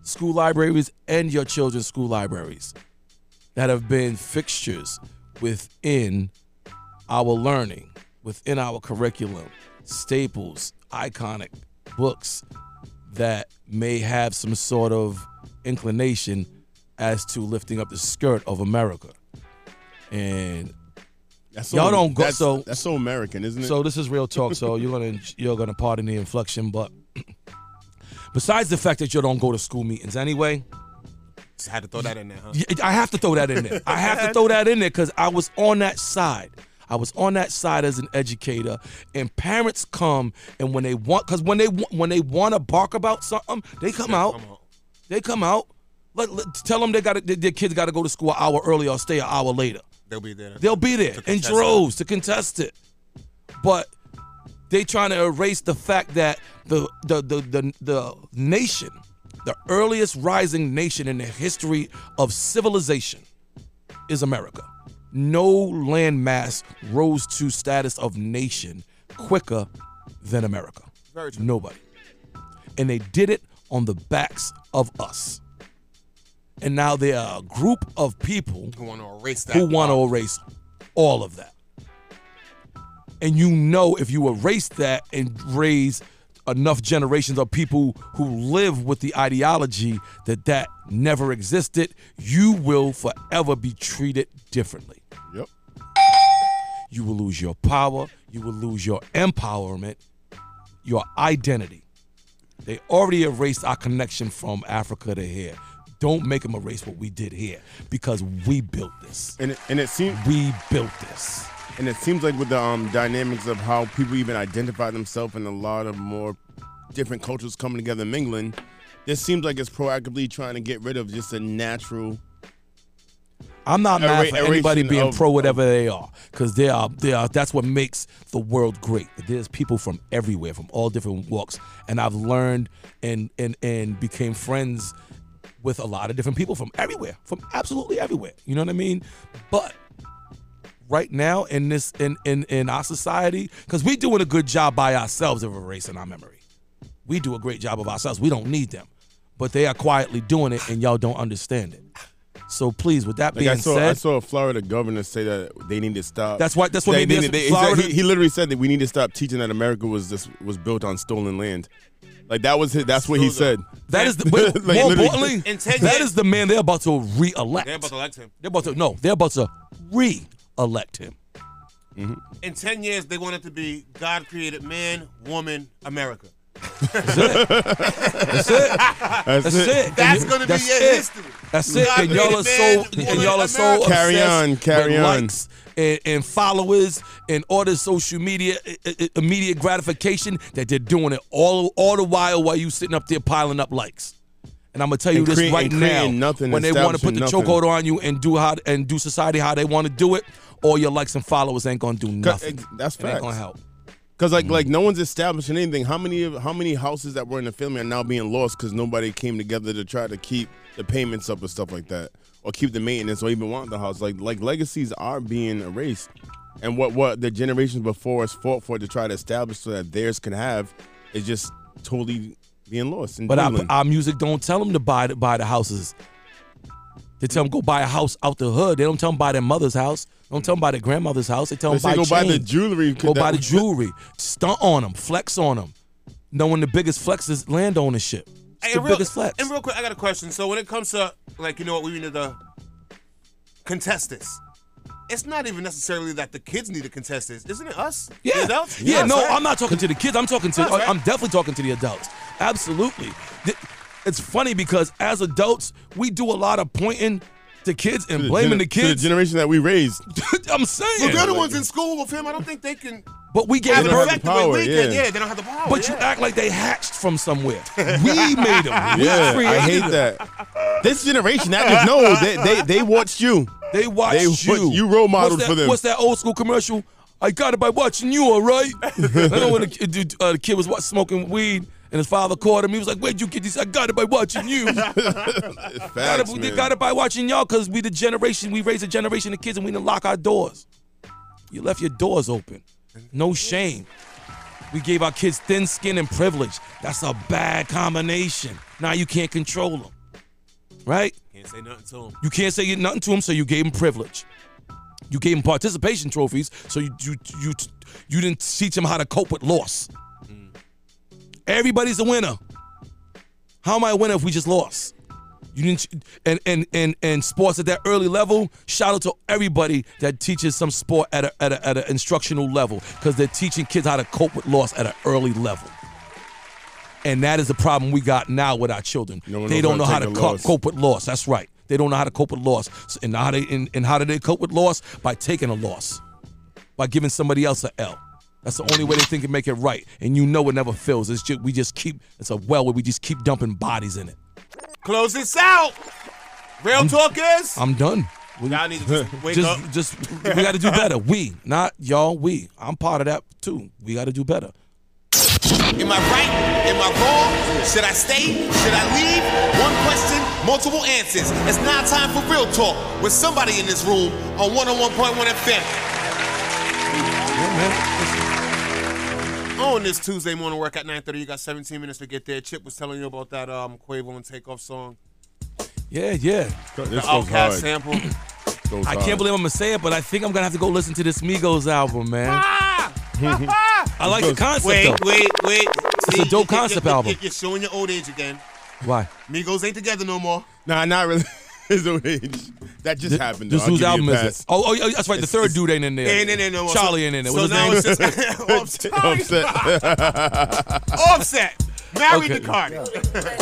Speaker 14: school libraries and your children's school libraries that have been fixtures within our learning within our curriculum, staples, iconic books that may have some sort of inclination as to lifting up the skirt of America. And y'all don't go
Speaker 11: that's,
Speaker 14: so
Speaker 11: that's so American, isn't it?
Speaker 14: so this is real talk. So you're gonna you're gonna pardon the inflection, but besides the fact that you don't go to school meetings anyway,
Speaker 6: Just had to throw that in there, huh?
Speaker 14: y- I have to throw that in there. I have
Speaker 6: *laughs*
Speaker 14: to throw that in there because I was on that side. I was on that side as an educator, and parents come and when they want, because when they wa- when they want to bark about something, they come out. They come out. Let, let- tell them they got their kids got to go to school an hour earlier or stay an hour later.
Speaker 6: They'll be there.
Speaker 14: They'll be there in
Speaker 6: contest it.
Speaker 14: droves to contest it. But they trying to erase the fact that the the the the, the nation, the earliest rising nation in the history of civilization, is America. No landmass rose to status of nation quicker than America.
Speaker 6: Very true.
Speaker 14: Nobody. And they did it on the backs of us. And now they are a group of people
Speaker 6: Who want to erase that?
Speaker 14: who want to erase all of that. And you know, if you erase that and raise enough generations of people who live with the ideology that that never existed, you will forever be treated differently.
Speaker 11: Yep.
Speaker 14: You will lose your power, you will lose your empowerment, your identity. They already erased our connection from Africa to here. Don't make them erase what we did here because we built this.
Speaker 11: And it, and it seems
Speaker 14: we built this.
Speaker 11: And it seems like with the um, dynamics of how people even identify themselves and a lot of more different cultures coming together and mingling, this seems like it's proactively trying to get rid of just a natural.
Speaker 14: I'm not mad
Speaker 11: Era-
Speaker 14: for anybody
Speaker 11: erasing
Speaker 14: being
Speaker 11: of-
Speaker 14: pro whatever they are, because they are, they are. That's what makes the world great. There's people from everywhere, from all different walks, and I've learned and and and became friends with a lot of different people from everywhere, from absolutely everywhere. You know what I mean? But right now in this in in in our society, because we're doing a good job by ourselves of erasing our memory. We do a great job of ourselves. We don't need them, but they are quietly doing it, and y'all don't understand it. So please, with that
Speaker 11: Like
Speaker 14: being
Speaker 11: I saw,
Speaker 14: said,
Speaker 11: I saw a Florida governor say that they need to stop.
Speaker 14: That's why- that's what
Speaker 11: They
Speaker 14: made me-
Speaker 11: need to- they-
Speaker 14: Florida-
Speaker 11: he, he literally said that we need to stop teaching that America was this was built on stolen land. Like that was his, that's what he said.
Speaker 14: That
Speaker 11: *laughs*
Speaker 14: is the but
Speaker 11: Like,
Speaker 14: more
Speaker 11: literally-
Speaker 14: importantly, that is the man they're about to re-elect.
Speaker 6: They're about to elect him.
Speaker 14: They're about to no, they're about to re-elect him.
Speaker 11: Mm-hmm.
Speaker 6: In ten years, they want it to be God created man, woman, America.
Speaker 14: That's it. That's it.
Speaker 11: That's it.
Speaker 6: That's gonna be
Speaker 14: That's
Speaker 6: your
Speaker 14: it.
Speaker 6: history.
Speaker 14: That's it.
Speaker 6: God
Speaker 14: And y'all are
Speaker 6: created
Speaker 14: so
Speaker 6: man,
Speaker 14: and
Speaker 6: woman,
Speaker 14: y'all are so
Speaker 6: America.
Speaker 11: Carry
Speaker 14: obsessed
Speaker 11: on, carry
Speaker 14: with
Speaker 11: on.
Speaker 14: likes and, and followers and all this social media i- i- immediate gratification that they're doing it all all the while while you sitting up there piling up likes. And I'm gonna tell you
Speaker 11: And
Speaker 14: this
Speaker 11: create-
Speaker 14: right
Speaker 11: and creating
Speaker 14: now.
Speaker 11: nothing,
Speaker 14: when they want to put
Speaker 11: establishing
Speaker 14: the
Speaker 11: nothing.
Speaker 14: chokehold on you and do how and do society how they want to do it, all your likes and followers ain't gonna do nothing.
Speaker 11: eh, That's
Speaker 14: It ain't
Speaker 11: facts.
Speaker 14: gonna help.
Speaker 11: Cause like
Speaker 14: Mm-hmm.
Speaker 11: like no one's establishing anything. How many of how many houses that were in the family are now being lost because nobody came together to try to keep the payments up and stuff like that, or keep the maintenance, or even want the house. Like like legacies are being erased, and what what the generations before us fought for to try to establish so that theirs can have is just totally being lost. And
Speaker 14: But our,
Speaker 11: dwindling.
Speaker 14: our music don't tell them to buy the, buy the houses. They tell them go buy a house out the hood. They don't tell them buy their mother's house. Don't tell them buy their grandmother's house. They tell
Speaker 11: They
Speaker 14: them buy
Speaker 11: say go buy the
Speaker 14: chains.
Speaker 11: jewelry.
Speaker 14: Go buy the
Speaker 11: That-
Speaker 14: jewelry. Stunt on them. Flex on them. Knowing the biggest flex is land ownership. It's
Speaker 6: Hey,
Speaker 14: the
Speaker 6: and real,
Speaker 14: biggest flex.
Speaker 6: And real quick, I got a question. So when it comes to like, you know what, we need to contest this. It's not even necessarily that the kids need to contest this, isn't it? Us? The
Speaker 14: Yeah.
Speaker 6: adults?
Speaker 14: Yeah,
Speaker 6: Us,
Speaker 14: no,
Speaker 6: right?
Speaker 14: I'm not talking to the kids. I'm talking to
Speaker 6: That's right.
Speaker 14: I'm definitely talking to the adults. Absolutely. Th- It's funny because as adults, we do a lot of pointing to kids and
Speaker 11: to
Speaker 14: blaming
Speaker 11: gen-
Speaker 14: the
Speaker 11: to the
Speaker 14: kids.
Speaker 11: generation that we raised.
Speaker 14: *laughs* I'm saying.
Speaker 6: But they're the ones in school with him. I don't think they can
Speaker 14: But we gave
Speaker 6: have an
Speaker 14: birth-
Speaker 6: effect the way we can. Yeah, they don't have the power.
Speaker 14: But you
Speaker 6: yeah.
Speaker 14: act like they hatched
Speaker 11: *laughs*
Speaker 14: from somewhere. We made them. We
Speaker 11: Yeah,
Speaker 14: created
Speaker 11: I hate
Speaker 14: them.
Speaker 11: that. This generation, I just know they, they they watched you.
Speaker 14: They watched
Speaker 11: They wa-
Speaker 14: you.
Speaker 11: you role modeled
Speaker 14: What's that-
Speaker 11: for them.
Speaker 14: What's that old school commercial? I got it by watching you,
Speaker 11: *laughs*
Speaker 14: all right? I know when the kid, dude, uh, the kid was wa- smoking weed and his father caught him. He was like, where'd you get this? I got it by
Speaker 11: *laughs*
Speaker 14: watching you. got,
Speaker 11: Facts,
Speaker 14: it, we
Speaker 11: man.
Speaker 14: got it by watching y'all because we the generation, we raised a generation of kids and we didn't lock our doors. You left your doors open. No shame. We gave our kids thin skin and privilege. That's a bad combination. Now you can't control them, right?
Speaker 6: Can't say nothing to him.
Speaker 14: You can't say nothing to them, so you gave them privilege. You gave him participation trophies, so you you you you didn't teach him how to cope with loss.
Speaker 6: Mm.
Speaker 14: Everybody's a winner. How am I a winner if we just lost? You didn't and and and and sports at that early level. Shout out to everybody that teaches some sport at a, at a, at an instructional level because they're teaching kids how to cope with loss at an early level. And that is the problem we got now with our children.
Speaker 11: one knows
Speaker 14: they don't
Speaker 11: how
Speaker 14: know
Speaker 11: to
Speaker 14: how to
Speaker 11: take a
Speaker 14: co-
Speaker 11: loss.
Speaker 14: cope with loss. That's right. They don't know how to cope with loss. So- And how they and, and how do they cope with loss? By taking a loss. By giving somebody else a L. That's the only way they think can make it right. And you know it never fails. It's just we just keep it's a well where we just keep dumping bodies in it.
Speaker 6: Close this out. Real talk is.
Speaker 14: I'm done.
Speaker 6: Y'all need
Speaker 14: *laughs*
Speaker 6: to just wake
Speaker 14: just,
Speaker 6: up.
Speaker 14: just- we got to do better. We, not y'all. We. I'm part of that too. We got to do better.
Speaker 5: Am I right? Am I wrong? Should I stay? Should I leave? One question, multiple answers. It's now time for real talk with somebody in this room on 101.1 FM.
Speaker 6: On this Tuesday morning work at 9.30, you got 17 minutes to get there. Chip was telling you about that um, Quavo and Takeoff song.
Speaker 14: Yeah, yeah.
Speaker 6: The Outcast
Speaker 14: *laughs*
Speaker 6: sample. *laughs*
Speaker 14: I can't believe I'm gonna say it, but I think I'm gonna have to go listen to this Migos album, man.
Speaker 6: Ah!
Speaker 14: I like the concept.
Speaker 6: Wait,
Speaker 14: though.
Speaker 6: wait, wait.
Speaker 14: It's a dope concept
Speaker 6: *laughs* you're,
Speaker 14: album.
Speaker 6: You're showing your old age again.
Speaker 14: Why?
Speaker 6: Migos ain't together no more.
Speaker 11: Nah, not really. *laughs* His old age. *laughs* That just
Speaker 14: Th-
Speaker 11: happened.
Speaker 14: this
Speaker 11: though. I'll
Speaker 14: whose
Speaker 11: give you a
Speaker 14: album is
Speaker 11: pass.
Speaker 14: it? Oh, oh, yeah, that's right. The third dude ain't in there.
Speaker 6: Ain't in there no more.
Speaker 14: Charlie
Speaker 6: So-
Speaker 14: ain't in there.
Speaker 6: so
Speaker 14: What's
Speaker 6: now
Speaker 14: his name?
Speaker 6: it's just- *laughs*
Speaker 11: *laughs*
Speaker 6: Offset.
Speaker 2: *laughs*
Speaker 11: Offset.
Speaker 6: Offset. Married
Speaker 14: Okay.
Speaker 6: the Carter.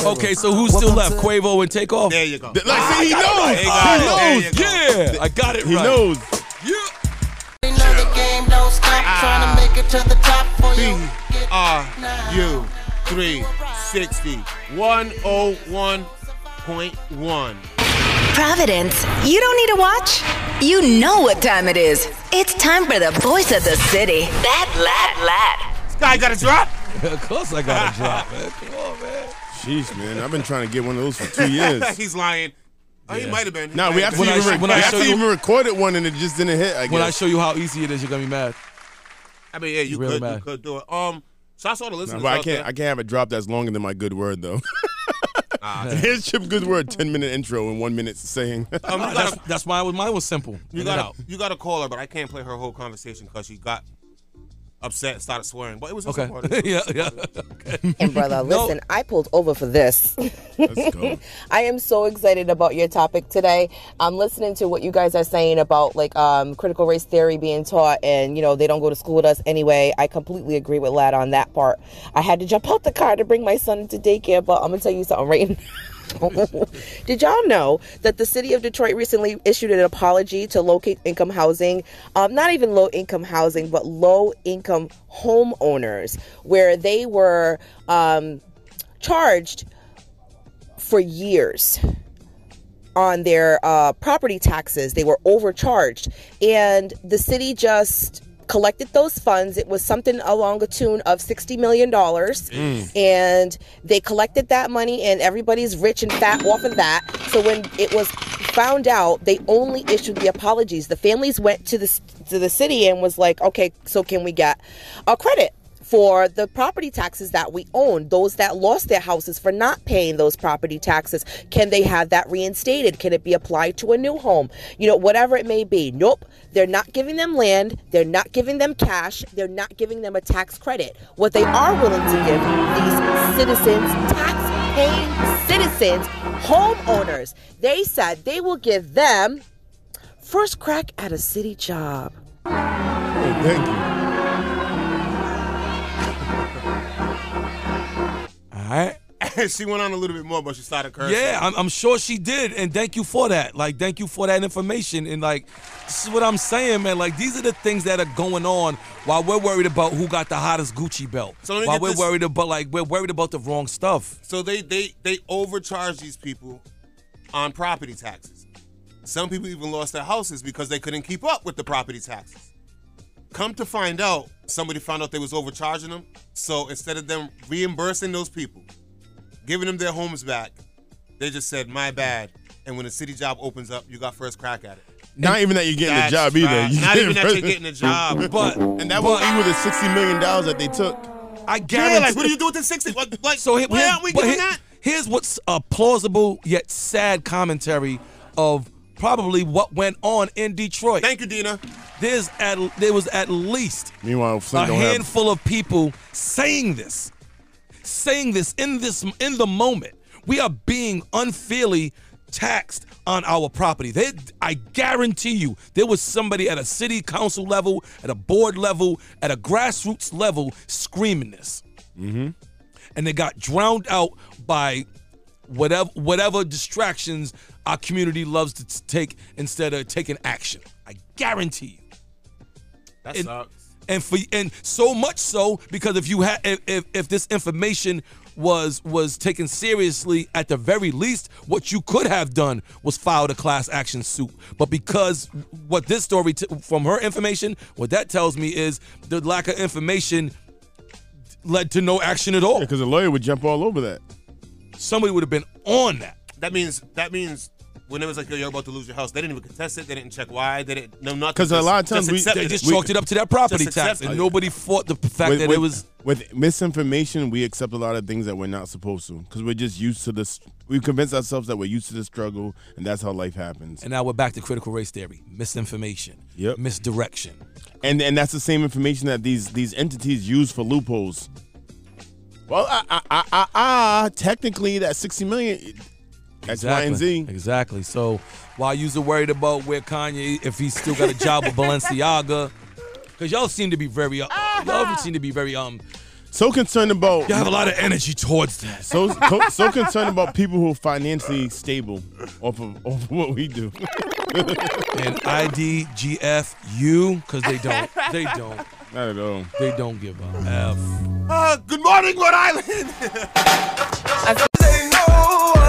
Speaker 14: okay, so who's still left? Quavo and Takeoff. There
Speaker 6: you go.
Speaker 11: Like, see, he knows.
Speaker 14: He knows. Yeah, I got it.
Speaker 11: He
Speaker 14: right.
Speaker 11: knows.
Speaker 2: They know the game don't stop. Tryna make it to the top for you.
Speaker 6: Are you 360 101.1.
Speaker 17: Providence, you don't need to watch. You know what time it is. It's time for the voice of the city. That lat lat.
Speaker 6: Sky got a drop.
Speaker 14: *laughs* of course,
Speaker 6: *laughs*
Speaker 14: I got a drop, *laughs* man.
Speaker 11: Jeez, man, I've been trying to get one of those for two
Speaker 14: *laughs*
Speaker 11: years.
Speaker 6: *laughs* He's lying. Oh, he might have been. He
Speaker 11: Nah,
Speaker 6: might
Speaker 11: we
Speaker 6: have
Speaker 11: actually,
Speaker 6: been.
Speaker 11: even,
Speaker 14: when
Speaker 11: we
Speaker 14: I show
Speaker 11: actually
Speaker 14: you-
Speaker 11: even recorded one and it just didn't hit. I guess.
Speaker 14: When I show you how easy it is, you're gonna be mad.
Speaker 6: I mean, yeah, you
Speaker 14: Real
Speaker 6: could, you
Speaker 14: mad.
Speaker 6: could do it. Um, so I saw the
Speaker 11: Nah,
Speaker 6: listeners.
Speaker 11: but I
Speaker 6: out
Speaker 11: can't.
Speaker 6: there.
Speaker 11: I can't have a drop that's longer than my good word though. *laughs*
Speaker 6: Ah.
Speaker 11: Here's Chip Goodword, ten minute intro and one minute saying. *laughs*
Speaker 6: Um, you gotta-
Speaker 14: That's why was, mine was simple.
Speaker 6: You got to you got to call her, but I can't play her whole conversation because she got upset, and started swearing. But it was
Speaker 14: Okay. *laughs*
Speaker 6: recorded.
Speaker 14: yeah, yeah.
Speaker 18: And brother, listen, I pulled over for this.
Speaker 11: go.
Speaker 18: I am so excited about your topic today. I'm listening to what you guys are saying about like um, critical race theory being taught, and you know they don't go to school with us anyway. I completely agree with Lad on that part. I had to jump *laughs* out the car to bring my son into daycare, but I'm gonna tell you something right now. *laughs* Did y'all know that the city of Detroit recently issued an apology to low income housing? Um, not even low income housing, but low income homeowners, where they were um, charged for years on their uh, property taxes. They were overcharged. And the city just collected those funds. It was something along the tune of $60 million.
Speaker 2: Mm.
Speaker 18: And they collected that money, and everybody's rich and fat off of that. So when it was found out, they only issued the apologies. The families went to the, s- to the city and was like, okay, so can we get a credit? for the property taxes that we own, those that lost their houses for not paying those property taxes. Can they have that reinstated? Can it be applied to a new home? You know, whatever it may be. Nope. They're not giving them land. They're not giving them cash. They're not giving them a tax credit. What they are willing to give these citizens, tax paying citizens, homeowners, they said they will give them first crack at a city job.
Speaker 11: Thank you.
Speaker 14: All right.
Speaker 6: *laughs* she went on a little bit more, but she started cursing.
Speaker 14: Yeah, I'm, I'm sure she did, and thank you for that. Like, thank you for that information. And like, this is what I'm saying, man. Like, these are the things that are going on while we're worried about who got the hottest Gucci belt.
Speaker 6: So let me
Speaker 14: while
Speaker 6: get
Speaker 14: we're
Speaker 6: this-
Speaker 14: worried about like we're worried about the wrong stuff.
Speaker 6: So they they they overcharge these people on property taxes. Some people even lost their houses because they couldn't keep up with the property taxes. Come to find out, somebody found out they was overcharging them. So instead of them reimbursing those people, giving them their homes back, they just said, "My bad." And when the city job opens up, you got first crack at it.
Speaker 11: Not even that you're getting
Speaker 6: That's
Speaker 11: a job either. *laughs*
Speaker 6: right.
Speaker 11: You
Speaker 6: Not even that you're
Speaker 11: first-
Speaker 6: getting a job. But-
Speaker 11: and that was even with the sixty million dollars that they took.
Speaker 14: I
Speaker 6: Yeah, like
Speaker 14: guarantee-
Speaker 6: what do you do with the sixty? What, like,
Speaker 14: So here,
Speaker 6: why
Speaker 14: here-
Speaker 6: aren't we
Speaker 14: but
Speaker 6: doing
Speaker 14: here-
Speaker 6: that?
Speaker 14: Here's what's a plausible yet sad commentary of probably what went on in Detroit.
Speaker 6: Thank you, Dina.
Speaker 14: There's at there was at least
Speaker 11: Meanwhile, Flint
Speaker 14: a
Speaker 11: don't have
Speaker 14: handful of people saying this, saying this in this in the moment. We are being unfairly taxed on our property. They, I guarantee you, there was somebody at a city council level, at a board level, at a grassroots level screaming this, mm-hmm. and they got drowned out by whatever whatever distractions our community loves to t- take instead of taking action. I guarantee you
Speaker 6: That
Speaker 14: and,
Speaker 6: sucks.
Speaker 14: and for and so much so because if you had if, if if this information was was taken seriously at the very least what you could have done was filed a class action suit but because what this story t- from her information what that tells me is the lack of information led to no action at all
Speaker 11: because a lawyer would jump all over that
Speaker 14: somebody would have been on that
Speaker 6: That means that means when it was like yo, you're about to lose your house, they didn't even contest it. They didn't check why. They didn't know nothing.
Speaker 11: because a lot of
Speaker 6: Just
Speaker 11: times we
Speaker 6: accepted
Speaker 14: they just chalked it up to that property
Speaker 6: Just
Speaker 14: tax
Speaker 6: accept
Speaker 14: and
Speaker 6: it.
Speaker 14: nobody fought the fact that it was
Speaker 11: with misinformation. We accept a lot of things that we're not supposed to because we're just used to this. We convince ourselves that we're used to the struggle, and that's how life happens.
Speaker 14: and now we're back to critical race theory misinformation
Speaker 11: Yep.
Speaker 14: misdirection
Speaker 11: And and that's the same information that these these entities use for loopholes. Well, ah ah ah ah, ah technically that sixty million X, Y, and Z.
Speaker 14: Exactly. So while you're worried about where Kanye, if he's still got a job with
Speaker 11: *laughs*
Speaker 14: Balenciaga, because y'all seem to be very, uh,
Speaker 11: Uh-huh.
Speaker 14: y'all seem to be very um.
Speaker 11: So concerned about
Speaker 14: Y'all have a lot of energy towards that.
Speaker 11: So so, so concerned about people who are financially stable off of, off of what we do.
Speaker 14: and IDGFU because they don't, they don't,
Speaker 11: *laughs* not at all.
Speaker 14: They don't give up. F.
Speaker 6: Uh, good morning, Rhode Island.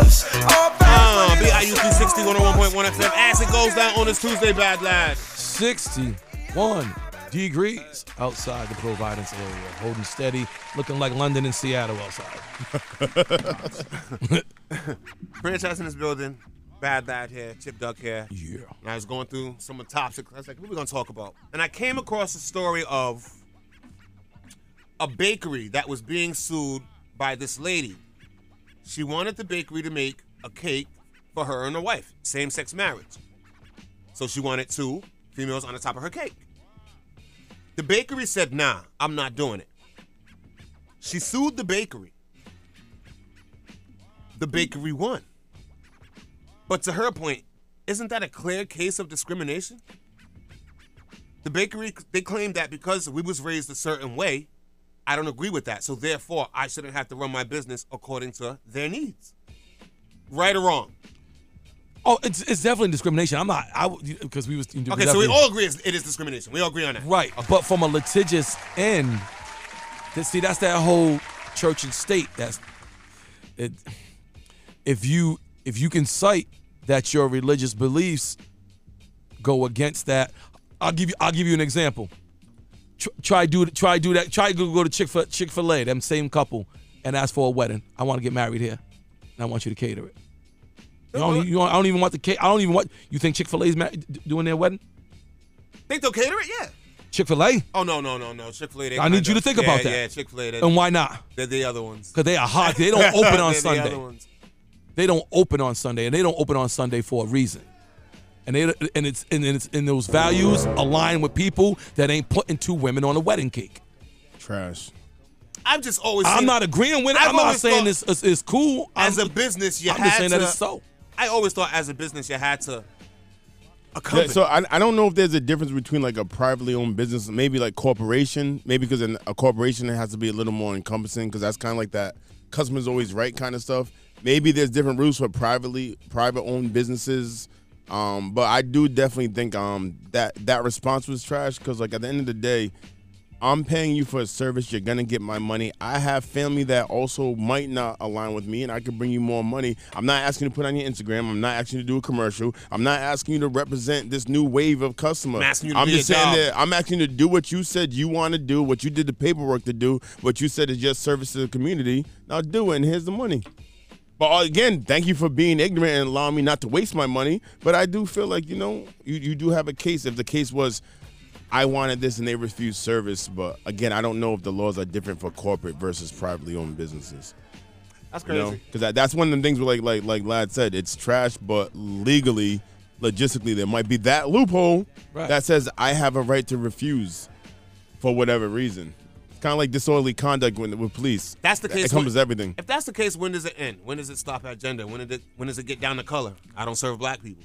Speaker 6: *laughs* Uh, BIU 360 101.1 FM. As it goes down on this Tuesday, bad lad.
Speaker 14: 61 degrees outside the Providence area, holding steady, looking like London and Seattle
Speaker 11: *laughs*
Speaker 14: outside.
Speaker 6: Franchise in this building. Bad lad here, Chip Duck here. Yeah. And I was going through some of the topics. I was like, what are we going to talk about? And I came across a story of a bakery that was being sued by this lady. She wanted the bakery to make a cake for her and her wife, same sex marriage. So she wanted two females on the top of her cake. The bakery said, nah, I'm not doing it. She sued the bakery. The bakery won. But to her point, isn't that a clear case of discrimination? The bakery they claim that because we was raised a certain way, I don't agree with that. So therefore, I shouldn't have to run my business according to their needs. Right or wrong?
Speaker 14: *laughs* oh, it's, it's definitely discrimination. I'm not, I because we was
Speaker 6: Okay, so we all agree it's- it is discrimination. We all agree on that.
Speaker 14: Right, but from a litigious end, th- see that's that whole church and state. That's it. If you if you can cite that your religious beliefs go against that, I'll give you I'll give you an example. Tr- try do try do that. Try go go to Chick fil Chick fil A, them same couple, and ask for a wedding. I want to get married here, and I want you to cater it. You don't, e, you don't, I don't even want the cake. I don't even want. You think Chick fil A's ma- d- doing their wedding?
Speaker 6: Think they'll cater it? Yeah.
Speaker 14: Chick fil A?
Speaker 6: Oh no no no no Chick Fil A.
Speaker 14: I need you to think about that.
Speaker 6: Yeah, Chick Fil A.
Speaker 14: And why not?
Speaker 6: They're the other ones.
Speaker 14: Because they are hot. They
Speaker 6: *laughs*
Speaker 14: don't open on
Speaker 6: They're the other
Speaker 14: Sunday.
Speaker 6: ones.
Speaker 14: They don't open on Sunday, and they don't open on Sunday for a reason. And they and it's and it's and those values align with people that ain't putting two women on a wedding cake.
Speaker 11: Trash.
Speaker 6: I'm just always.
Speaker 14: I'm
Speaker 6: saying-
Speaker 14: not agreeing with it.
Speaker 6: I've
Speaker 14: I'm not
Speaker 6: always
Speaker 14: saying
Speaker 6: thought-
Speaker 14: this is, is cool.
Speaker 6: as
Speaker 14: I'm,
Speaker 6: a business, you
Speaker 14: I'm
Speaker 6: had
Speaker 14: just saying
Speaker 6: to.
Speaker 14: that it's so.
Speaker 6: I always thought as a business you had to. A
Speaker 11: Yeah,
Speaker 6: company.
Speaker 11: so I, I don't know if there's a difference between like a privately owned business, maybe like corporation, maybe because in a corporation it has to be a little more encompassing because that's kind of like that customers always right kind of stuff. Maybe there's different rules for privately private owned businesses, um, but I do definitely think um that that response was trash because like at the end of the day, I'm paying you for a service. You're gonna get my money. I have family that also might not align with me, and I can bring you more money. I'm not asking you to put on your Instagram. I'm not asking you to do a commercial. I'm not asking you to represent this new wave of customer.
Speaker 6: I'm asking you to
Speaker 11: I'm
Speaker 6: do
Speaker 11: just
Speaker 6: your
Speaker 11: saying
Speaker 6: job.
Speaker 11: that I'm asking you to do what you said you want to do, what you did the paperwork to do, what you said is your service to the community. Now do it, and here's the money. But uh, again, thank you for being ignorant and allowing me not to waste my money. But I do feel like you know you, you do have a case. If the case was, I wanted this and they refused service. But again, I don't know if the laws are different for corporate versus privately owned businesses.
Speaker 6: That's
Speaker 11: You know, because that's one of the things where like like like Lad said, it's trash. But legally, logistically there might be that loophole
Speaker 14: Right.
Speaker 11: that says I have a right to refuse for whatever reason. It's kind of like disorderly conduct when, with police.
Speaker 6: That's the case.
Speaker 11: It covers
Speaker 6: when-
Speaker 11: everything.
Speaker 6: If that's the case, when does it end? When does it stop at gender? When did it, when does it get down to color? I don't serve black people.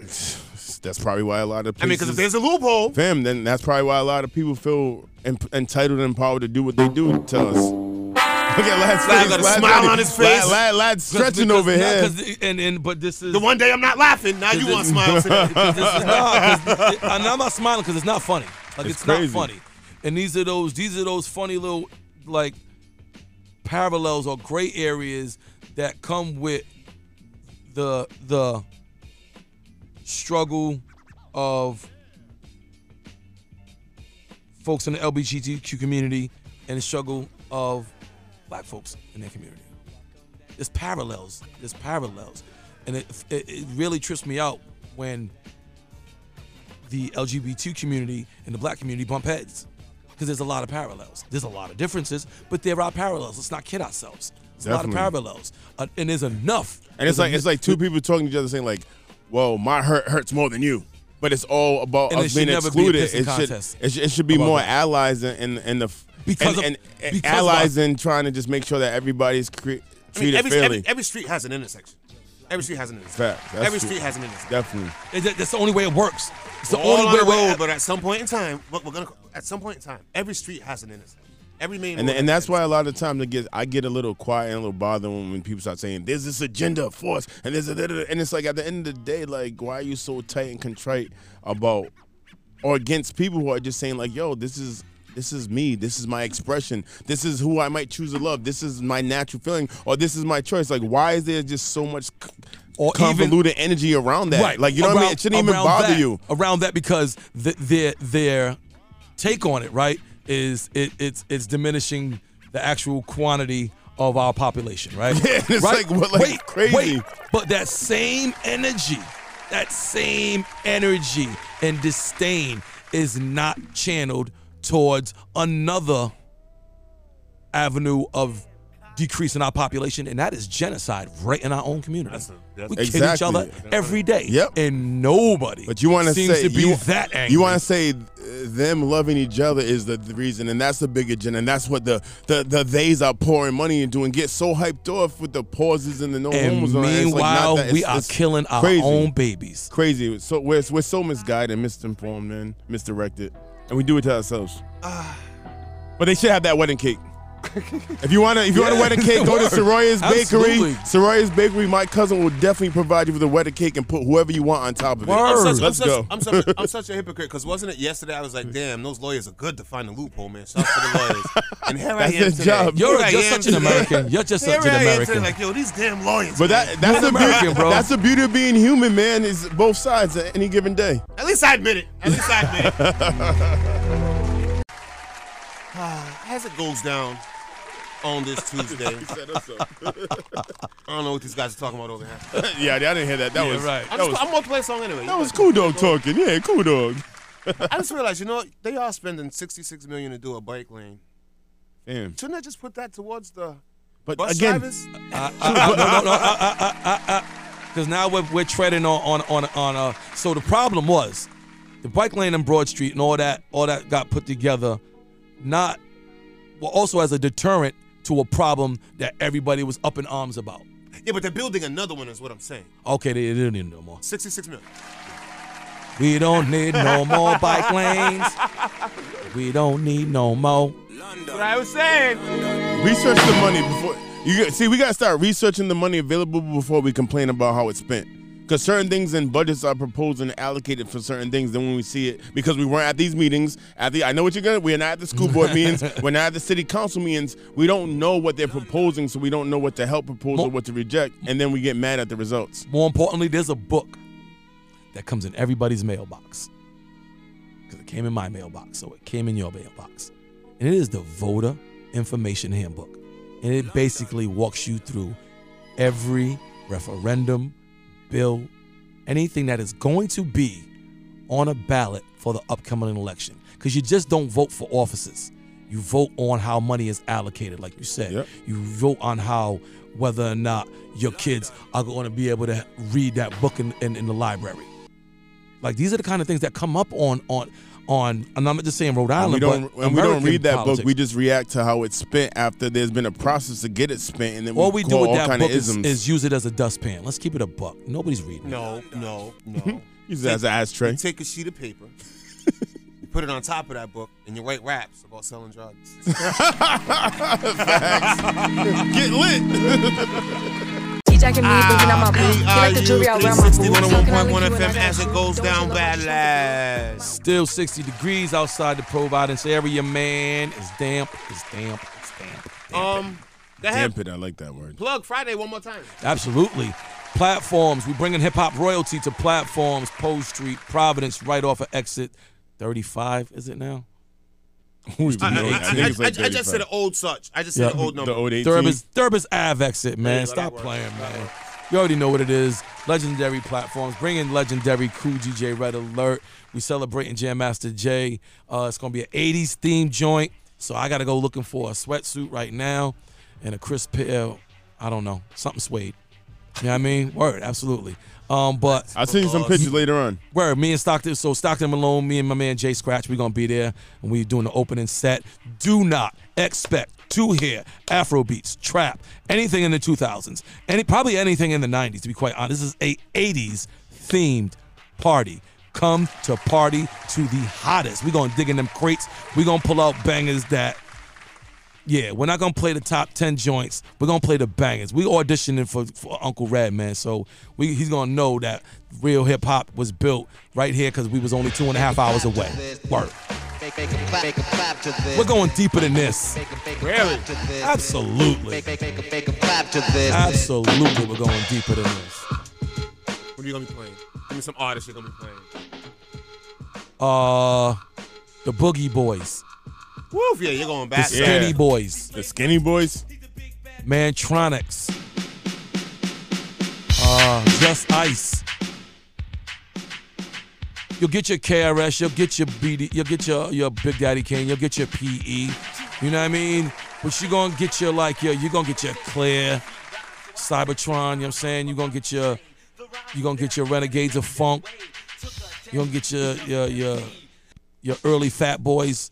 Speaker 11: That's probably why a lot of
Speaker 6: I
Speaker 11: places,
Speaker 6: mean, 'cause if there's a loophole,
Speaker 11: fam, then that's probably why a lot of people feel en- entitled and empowered to do what they do. Tell us. Look at lad,
Speaker 6: Lad
Speaker 11: face,
Speaker 6: got a
Speaker 11: lad
Speaker 6: smile
Speaker 11: ready.
Speaker 6: on his
Speaker 11: Lad-
Speaker 6: face.
Speaker 11: lad- lad stretching over here.
Speaker 14: and, and but this is
Speaker 6: the one day I'm not laughing. Now you want
Speaker 14: *laughs*
Speaker 6: smiles.
Speaker 14: Because this is
Speaker 6: today.
Speaker 14: not- 'cause it- and I'm not smiling because it's not funny. Like
Speaker 6: It's
Speaker 14: it's,
Speaker 6: crazy.
Speaker 14: not funny. And these are those these are those funny little like parallels or gray areas that come with the the struggle of folks in the LGBTQ community and the struggle of black folks in their community. There's parallels. There's parallels, and it, it, it really trips me out when the LGBT community and the black community bump heads because there's a lot of parallels. There's a lot of differences, but there are parallels. Let's not kid ourselves. There's a lot of
Speaker 11: Definitely.
Speaker 14: parallels, Uh, and there's enough.
Speaker 11: And it's
Speaker 14: There's
Speaker 11: like
Speaker 14: en-
Speaker 11: it's like two people talking to each other saying like, "Well, my hurt hurts more than you," but it's all about
Speaker 14: And it
Speaker 11: us
Speaker 14: should
Speaker 11: being
Speaker 14: never be a
Speaker 11: excluded.
Speaker 14: pissing
Speaker 11: it, should,
Speaker 14: contest
Speaker 11: it should it should be
Speaker 14: about
Speaker 11: more
Speaker 14: that.
Speaker 11: allies and and, and the f-
Speaker 14: Because of-
Speaker 11: and, and, and
Speaker 14: because of
Speaker 11: allies
Speaker 14: us.
Speaker 11: and trying to just make sure that everybody's cre-
Speaker 6: I mean,
Speaker 11: treated
Speaker 6: every,
Speaker 11: fairly.
Speaker 6: every, every street has an intersection. Every street has an intersection.
Speaker 11: Fact. That's
Speaker 6: Every
Speaker 11: true.
Speaker 6: street has an intersection.
Speaker 11: Definitely.
Speaker 14: It- that- that's the only way it works. It's the
Speaker 6: We're all
Speaker 14: only
Speaker 6: on
Speaker 14: way
Speaker 6: the
Speaker 14: we're-
Speaker 6: road, but at some point in time, but we're gonna at some point in time, every street has an intersection. Every main
Speaker 11: And,
Speaker 6: road
Speaker 11: and that's why a lot of times I get I get a little quiet and a little bothered when, when people start saying there's this agenda for us and there's a da- da- da," and it's like at the end of the day like why are you so tight and contrite about or against people who are just saying like yo this is this is me this is my expression this is who I might choose to love this is my natural feeling or this is my choice like why is there just so much c-
Speaker 14: Or even-
Speaker 11: convoluted energy around that
Speaker 14: Right.
Speaker 11: like you know what I mean
Speaker 14: Around-
Speaker 11: it shouldn't even
Speaker 14: around
Speaker 11: bother
Speaker 14: that-
Speaker 11: you
Speaker 14: around that because th- their their take on it, right, is it, it's it's diminishing the actual quantity of our population, right?
Speaker 11: *laughs* Yeah, it's
Speaker 14: right?
Speaker 11: like, what, like,
Speaker 14: wait,
Speaker 11: crazy.
Speaker 14: Wait, but that same energy, that same energy and disdain is not channeled towards another avenue of decreasing our population, and that is genocide right in our own community. we kill each other every day.
Speaker 11: Yep.
Speaker 14: And nobody
Speaker 11: but you want to
Speaker 14: seems
Speaker 11: say
Speaker 14: to be
Speaker 11: you,
Speaker 14: that angry.
Speaker 11: You want to say uh, them loving each other is the, the reason, and that's the big agenda, and that's what the the, the theys are pouring money into and get so hyped off with the pauses and the no
Speaker 14: and
Speaker 11: homos. on it. It's like not
Speaker 14: meanwhile,
Speaker 11: that- it's-
Speaker 14: we are
Speaker 11: it's
Speaker 14: killing our
Speaker 11: crazy.
Speaker 14: own babies.
Speaker 11: Crazy. So we're we're so misguided, misinformed, and misdirected, and we do it to ourselves.
Speaker 6: Ah.
Speaker 11: But they should have that wedding cake. if you want to, if you want a
Speaker 14: Yeah.
Speaker 11: wedding
Speaker 6: *laughs*
Speaker 11: cake, go to
Speaker 14: Word.
Speaker 11: Soroya's Bakery.
Speaker 14: Absolutely.
Speaker 11: Soroya's Bakery, my cousin will definitely provide you with a wedding cake and put whoever you want on top of it.
Speaker 6: I'm such, I'm
Speaker 11: Let's
Speaker 6: such,
Speaker 11: go.
Speaker 6: I'm such, a, I'm such a hypocrite because wasn't it yesterday? I was like, damn, those lawyers are good to find a loophole, man. Shout out to the lawyers. And here
Speaker 11: That's
Speaker 6: I am
Speaker 11: their
Speaker 6: today.
Speaker 11: job.
Speaker 6: Here
Speaker 11: You're
Speaker 6: I
Speaker 11: just
Speaker 6: am
Speaker 11: such an
Speaker 6: today.
Speaker 11: American. You're just
Speaker 6: *laughs* Here
Speaker 11: such an
Speaker 6: I am today,
Speaker 11: American.
Speaker 6: Like, yo, these *laughs* damn lawyers.
Speaker 11: But that
Speaker 6: man.
Speaker 11: that's the beauty.
Speaker 6: American, bro.
Speaker 11: That's the beauty of being human, man. Is both sides at any given day.
Speaker 6: At least I admit it. At least I admit
Speaker 11: *laughs*
Speaker 6: it. *sighs* Ah, As it goes down on this
Speaker 11: *laughs*
Speaker 6: Tuesday, I don't know what these guys are talking about over here.
Speaker 11: *laughs* yeah, I didn't hear that. That
Speaker 6: Yeah,
Speaker 11: was
Speaker 6: right.
Speaker 11: That
Speaker 6: I'm just-
Speaker 11: was,
Speaker 6: I'm gonna play a song anyway.
Speaker 11: that was cool dog talking. Yeah, cool dog.
Speaker 6: I just realized, you know, they are spending sixty-six million to do a bike lane.
Speaker 11: Damn.
Speaker 6: Shouldn't I just put that towards the
Speaker 11: But
Speaker 6: bus
Speaker 14: again-
Speaker 6: drivers?
Speaker 14: Uh,
Speaker 6: *laughs*
Speaker 14: Because uh, now we're, we're treading on on on on. Uh, so the problem was, the bike lane and Broad Street and all that all that got put together, not well also as a deterrent to a problem that everybody was up in arms about.
Speaker 6: Yeah, but they're building another one. Is what I'm saying.
Speaker 14: Okay, they, they don't need no more.
Speaker 6: Sixty-six million.
Speaker 14: We don't need no more bike lanes. We don't need no more.
Speaker 6: That's what I was saying.
Speaker 11: Research the money before you get- see. We gotta start researching the money available before we complain about how it's spent. Because certain things in budgets are proposed and allocated for certain things. Then when we see it, because we weren't at these meetings, at the I know what you're gonna. We're not at the school
Speaker 14: *laughs*
Speaker 11: board meetings. We're not at the city council meetings. We don't know what they're proposing, so we don't know what to help propose or what to reject, and then we get mad at the results.
Speaker 14: More importantly, there's a book that comes in everybody's mailbox. Because it came in my mailbox, so it came in your mailbox. And it is the Voter Information Handbook. And it basically walks you through every referendum, bill, anything that is going to be on a ballot for the upcoming election. Because you just don't vote for offices. You vote on how money is allocated, like you said. You vote on how whether or not your kids are going to be able to read that book in, in, in the library. Like these are the kind of things that come up on on on. And I'm not just saying Rhode
Speaker 11: And
Speaker 14: Island,
Speaker 11: we don't,
Speaker 14: but
Speaker 11: and we don't
Speaker 14: American
Speaker 11: read that
Speaker 14: politics.
Speaker 11: book. We just react to how it's spent after there's been a process to get it spent, and then
Speaker 14: All
Speaker 11: we, call
Speaker 14: we do with
Speaker 11: all
Speaker 14: that
Speaker 11: kind
Speaker 14: book
Speaker 11: of
Speaker 14: is,
Speaker 11: isms.
Speaker 14: is use it as a dustpan. Let's keep it a buck. Nobody's reading.
Speaker 6: No, no,
Speaker 11: *laughs*
Speaker 6: no.
Speaker 11: Use it as an ashtray.
Speaker 6: You take a sheet of paper, you put it on top of that book, and you write raps about
Speaker 11: *laughs*
Speaker 6: selling drugs.
Speaker 11: Get
Speaker 19: DJ can leave, but I'm up. Get like
Speaker 6: Ah,
Speaker 19: the jewelry, I wear my boots.
Speaker 6: 101.1 FM as it goes down bad
Speaker 14: Still 60 degrees outside the Providence area, man. It's damp. It's damp. It's damp.
Speaker 6: Um, go ahead.
Speaker 11: Damn it, I like that word.
Speaker 6: Plug Friday one more time.
Speaker 14: Absolutely. Platforms. We bringing hip hop royalty to platforms. Post Street, Providence, right off of exit 35. Is it now? *laughs*
Speaker 6: I, I- I- I- I- I just said an old such. I just said an old number.
Speaker 14: Thurbis, Thurbis Ave exit, man.
Speaker 6: Yeah,
Speaker 14: Stop playing, man. You already know what it is. Legendary platforms. bringing legendary crew DJ Red Alert. We celebrating Jam Master Jay. Uh, it's gonna be an 80s theme joint. So I gotta go looking for a sweatsuit right now and a crisp pair. I don't know. Something suede. You know what I mean? Word, absolutely. Um, but
Speaker 11: I'll send you some pictures later on.
Speaker 14: Word, me and Stockton. So Stockton Malone, me and my man Jay Scratch, we gonna be there and we doing the opening set. Do not expect to hear Afro beats, trap, anything in the 2000s, any probably anything in the 90s. To be quite honest, this is a 80s themed party. Come to party to the hottest. We gonna dig in them crates. We gonna pull out bangers that yeah, we're not gonna play the top ten joints. We're gonna play the bangers. We auditioning for, for Uncle Red, man. So we, he's gonna know that real hip hop was built right here because we was only two and a half hours away. Word.
Speaker 20: Make, make, a clap, make a clap to this.
Speaker 14: We're going deeper than this.
Speaker 20: Really? To this.
Speaker 14: Absolutely.
Speaker 20: Make, make, make, a- make a clap to this.
Speaker 14: Absolutely, we're going deeper than this.
Speaker 6: What are you gonna be playing? Give me some artists you're gonna be playing.
Speaker 14: Uh, the Boogie Boys,
Speaker 6: Woof, yeah, you're going
Speaker 14: the
Speaker 6: back.
Speaker 14: Skinny
Speaker 6: Yeah.
Speaker 14: Boys,
Speaker 11: the Skinny Boys,
Speaker 14: Mantronics, uh, Just Ice. You'll get your KRS, you'll get your BD, you'll get your your Big Daddy Kane, you'll get your PE. You know what I mean? But you're gonna get your like your you're gonna get your clear Cybertron, you know what I'm saying? You're gonna get your you're gonna get your renegades of funk. You're gonna get your your your your early fat boys.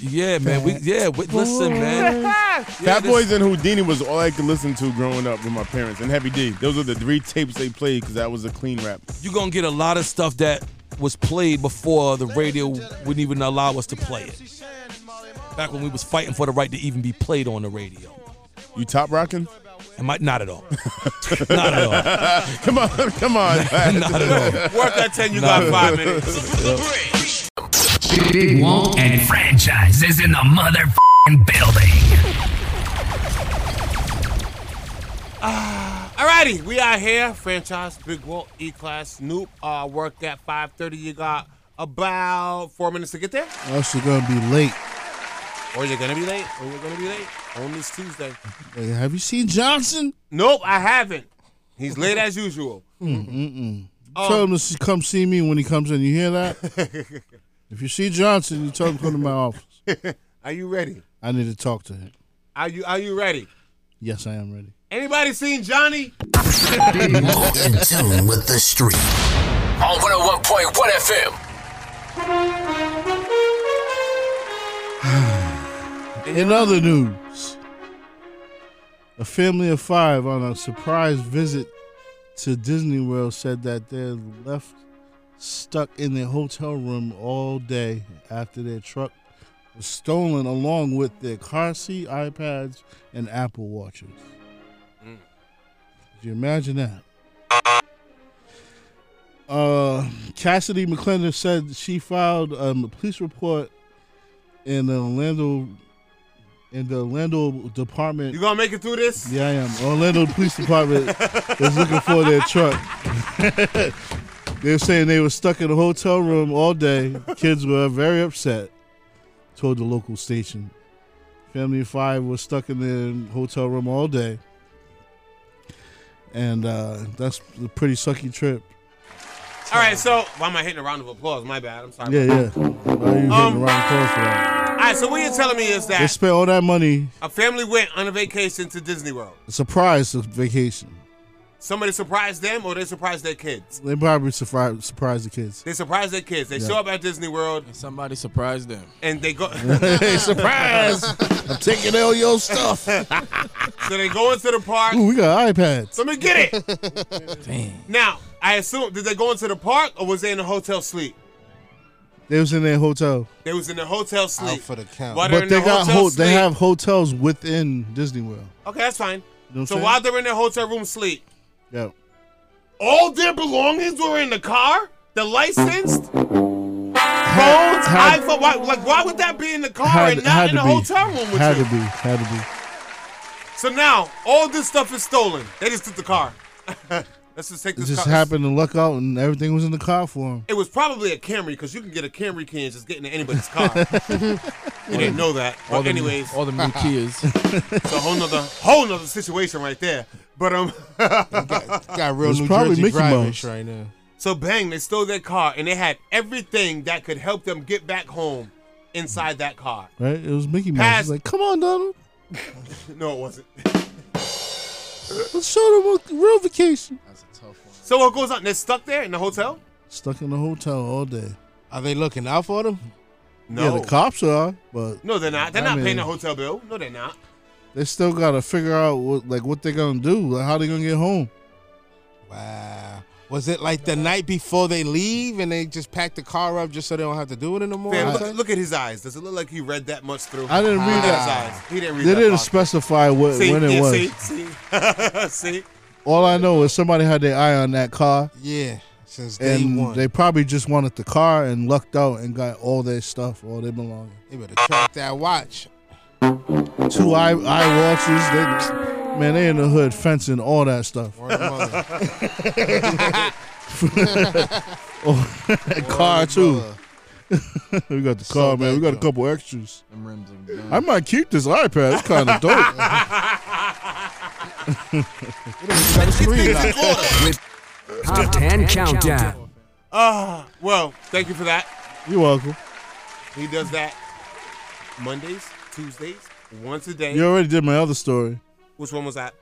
Speaker 14: Yeah, man. We yeah, we, listen,
Speaker 3: *laughs*
Speaker 14: man. Yeah,
Speaker 11: Fat
Speaker 14: this-
Speaker 11: Boys and Houdini was all I could listen to growing up with my parents and Heavy D. Those are the three tapes they played because that was a clean rap.
Speaker 14: you're gonna get a lot of stuff that was played before the radio wouldn't even allow us to play it. Back when we was fighting for the right to even be played on the radio.
Speaker 11: You top rocking?
Speaker 14: Am I not at all? *laughs* not at all.
Speaker 11: *laughs* come on, come on.
Speaker 14: *laughs* not at all.
Speaker 6: Work that 10, you
Speaker 14: Not
Speaker 6: got
Speaker 14: at
Speaker 6: five
Speaker 14: all.
Speaker 6: minutes.
Speaker 14: Yep.
Speaker 7: Big Walt and Franchise is in the motherfucking building.
Speaker 6: Ah. Alrighty, we are here. Franchise, Big Walt, E Class, Snoop. Uh, worked at 5:30. You got about four minutes to get there,
Speaker 21: Unless you're gonna be late.
Speaker 6: or you're gonna be late, or you're gonna be late on this Tuesday.
Speaker 21: Wait, have you seen Johnson?
Speaker 6: Nope, I haven't. He's late as usual.
Speaker 21: Mm-mm.
Speaker 6: Um,
Speaker 21: tell him to s- come see me when he comes in. You hear
Speaker 6: *laughs*
Speaker 21: that? if you see Johnson, you tell him to come to my office.
Speaker 6: Are you ready?
Speaker 21: I need to talk to him.
Speaker 6: Are you Are you ready?
Speaker 21: Yes, I am ready.
Speaker 6: Anybody seen Johnny? *laughs*
Speaker 4: In tune with the street.
Speaker 2: On 101.1
Speaker 20: *laughs*
Speaker 2: FM.
Speaker 21: In other news, a family of five on a surprise visit to Disney World said that they're left stuck in their hotel room all day after their truck was stolen, along with their car seat, iPads, and Apple Watches.
Speaker 6: Mm.
Speaker 21: Could you imagine that? Uh, Cassidy McClendon said she filed um, a police report in the Orlando in the Orlando Department.
Speaker 6: You gonna make it through this?
Speaker 21: Yeah, I am. Orlando Police Department is looking for their truck. *laughs* They're saying they were stuck in a hotel room all day. Kids were very upset. Told the local station, family of five was stuck in their hotel room all day, and uh, that's a pretty sucky trip.
Speaker 6: All right, so why am I hitting a round of applause? My bad. I'm sorry.
Speaker 21: Yeah, yeah. Why are you hitting the wrong chord for that?
Speaker 6: I right, so what you're telling me is
Speaker 21: They
Speaker 6: Um, that
Speaker 21: spent all that money,
Speaker 6: a family went on a vacation to Disney World.
Speaker 21: surprise vacation.
Speaker 6: Somebody surprised them, or they surprised their kids.
Speaker 21: They probably surprised, surprised the kids.
Speaker 6: They surprised their kids. They
Speaker 21: Yeah.
Speaker 6: show up at Disney World. And somebody surprised them. And they
Speaker 21: *laughs*
Speaker 6: go.
Speaker 21: Hey, surprise! I'm taking all your stuff.
Speaker 6: *laughs* so they go into the park.
Speaker 21: Ooh, we got iPads.
Speaker 6: Let me get
Speaker 21: *laughs*
Speaker 6: it. Now, I assume did they go into the park or was they in a hotel sleep?
Speaker 21: They was in their hotel,
Speaker 6: They was in the hotel sleep. for the count. While they're
Speaker 21: but
Speaker 6: in
Speaker 21: they
Speaker 6: the
Speaker 21: got
Speaker 6: hotel
Speaker 21: ho- they
Speaker 6: sleep-
Speaker 21: have hotels within Disney World.
Speaker 6: Okay, that's
Speaker 21: You
Speaker 6: fine.
Speaker 21: know what I'm
Speaker 6: so
Speaker 21: saying?
Speaker 6: while they're in their hotel room sleep,
Speaker 21: Yeah.
Speaker 6: all their belongings were in the car. The licensed phones,
Speaker 21: had-
Speaker 6: iPhone. Why, like, why would that be in the car
Speaker 21: Had-
Speaker 6: and
Speaker 21: had
Speaker 6: not in the
Speaker 21: to be.
Speaker 6: hotel room with
Speaker 21: Had
Speaker 6: you?
Speaker 21: to be, had to be.
Speaker 6: So now all this stuff is stolen. They just took the car. *laughs* Let's just take
Speaker 21: It
Speaker 6: this.
Speaker 21: just
Speaker 6: car.
Speaker 21: happened to luck out, and everything was in the car for him.
Speaker 6: It was probably a Camry because you can get a Camry key and just get into anybody's
Speaker 14: *laughs*
Speaker 21: *laughs*
Speaker 6: car. we didn't know that.
Speaker 14: all
Speaker 6: But
Speaker 14: them-
Speaker 6: anyways,
Speaker 14: all
Speaker 6: *laughs*
Speaker 14: them new Kias.
Speaker 6: it's a whole nother whole nother situation right there. But um, got,
Speaker 21: real It's New probably Jersey Mickey drive-ish Mouse.
Speaker 6: right now. So bang, they stole their car and they had everything that could help them get back home inside that car.
Speaker 21: Right? It was Mickey Mouse. He's like, come on, Donald.
Speaker 6: *laughs* no, it wasn't.
Speaker 21: Let's show them a real vacation.
Speaker 6: So what goes on? They're stuck there in the hotel.
Speaker 21: Stuck in the hotel all day.
Speaker 3: Are they looking out for them?
Speaker 6: No.
Speaker 21: Yeah, the cops are, but
Speaker 6: No, they're not. They're
Speaker 21: I
Speaker 6: not
Speaker 21: mean,
Speaker 6: paying the hotel bill. No, they're not.
Speaker 21: They still gotta figure out what like what they're gonna do, like how they gonna get home.
Speaker 3: Was it like the night before they leave and they just pack the car up just so they don't have to do it in the morning?
Speaker 6: Fam, look, look at his eyes. Does it look like he read that much through?
Speaker 21: I didn't read
Speaker 6: Look at
Speaker 21: that.
Speaker 6: His eyes. He didn't
Speaker 21: They
Speaker 6: read that.
Speaker 21: didn't
Speaker 6: much.
Speaker 21: specify what
Speaker 6: see, *laughs*
Speaker 21: when it
Speaker 6: yeah,
Speaker 21: was.
Speaker 6: See, see, see.
Speaker 21: All I know is somebody had their eye on that car.
Speaker 3: Yeah, since day
Speaker 21: and
Speaker 3: one.
Speaker 21: they probably just wanted the car and lucked out and got all their stuff, all their belongings.
Speaker 3: They better track that
Speaker 6: *laughs*
Speaker 3: watch.
Speaker 21: Two eye eye watches. They, man, they in the hood fencing all that stuff.
Speaker 3: Word of mother.
Speaker 21: *laughs* oh, *laughs* that car too. *laughs* we got the car, man. We got a couple extras. I might keep this iPad. It's kind of
Speaker 3: *laughs*
Speaker 21: dope. *laughs*
Speaker 7: Top 10 countdown.
Speaker 6: Ah, well, thank you for that.
Speaker 21: You're welcome.
Speaker 6: He does that Mondays, Tuesdays, once a day.
Speaker 21: You already did my other story.
Speaker 6: Which one was that?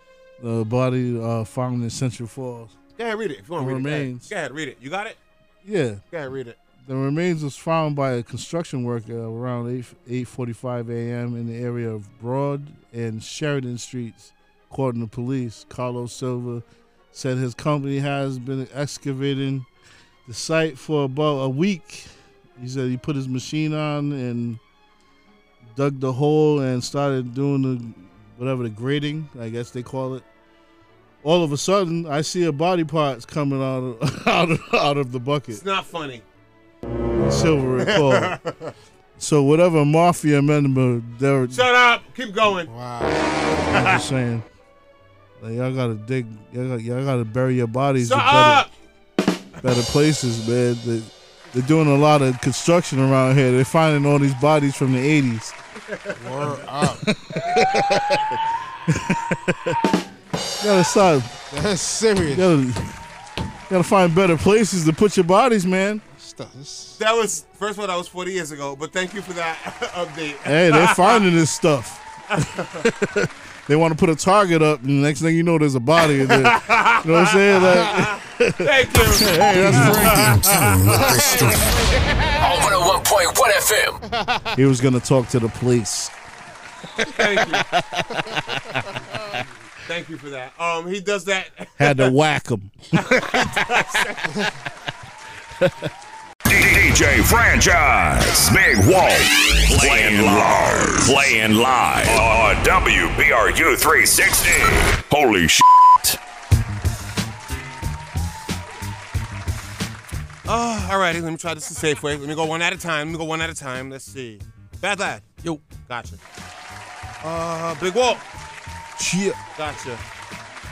Speaker 21: The body uh, found in Central Falls.
Speaker 6: Go ahead, read it. If you want to
Speaker 21: The
Speaker 6: read
Speaker 21: remains.
Speaker 6: it, go ahead. go ahead, read it. You got it?
Speaker 21: Yeah.
Speaker 6: Go ahead, read it.
Speaker 21: The remains was found by a construction worker around 8 8:45 a.m. in the area of Broad and Sheridan Streets, according to police. Carlos Silva said his company has been excavating the site for about a week. He said he put his machine on and dug the hole and started doing the whatever the grading, I guess they call it. All of a sudden, I see a body parts coming out of *laughs* out of, out of the bucket.
Speaker 6: It's not funny.
Speaker 21: Silver
Speaker 3: *laughs*
Speaker 21: recall. so whatever mafia member they're *laughs*
Speaker 6: *laughs* Shut up. Keep going.
Speaker 21: I'm
Speaker 6: Wow.
Speaker 21: just saying, like, y'all gotta dig, y'all gotta, y'all gotta bury your bodies
Speaker 6: Shut
Speaker 21: in better, better places, man. They, they're doing a lot of construction around here. They're finding all these bodies from the '80s. *laughs*
Speaker 3: Word
Speaker 11: *laughs*
Speaker 3: up.
Speaker 21: gotta stop.
Speaker 3: That's serious.
Speaker 21: Gotta, gotta find better places to put your bodies, man.
Speaker 6: that was, first one, that was 40 years ago, but thank you for that *laughs* update.
Speaker 21: Hey, they're
Speaker 3: *laughs*
Speaker 21: finding this stuff. they want to put a target up, and next thing you know, there's a body. In there. You know what I'm saying? Like,
Speaker 6: Thank you.
Speaker 21: *laughs* hey, that's
Speaker 2: Over to 1.1 FM.
Speaker 21: *laughs* he was gonna talk to the police.
Speaker 6: *laughs* Thank you. Thank you for that. Um, he does that. *laughs*
Speaker 21: Had to whack him.
Speaker 1: DJ Franchise. Big Walt. Playing live. Playing live. On WBRU 360. Holy shit.
Speaker 6: Oh, all righty. Let me try this the safe way. Let me go one at a time. Let me go one at a time. Let's see. Bad lad. Yo. Gotcha. Uh, big walk.
Speaker 3: Chia.
Speaker 6: Gotcha.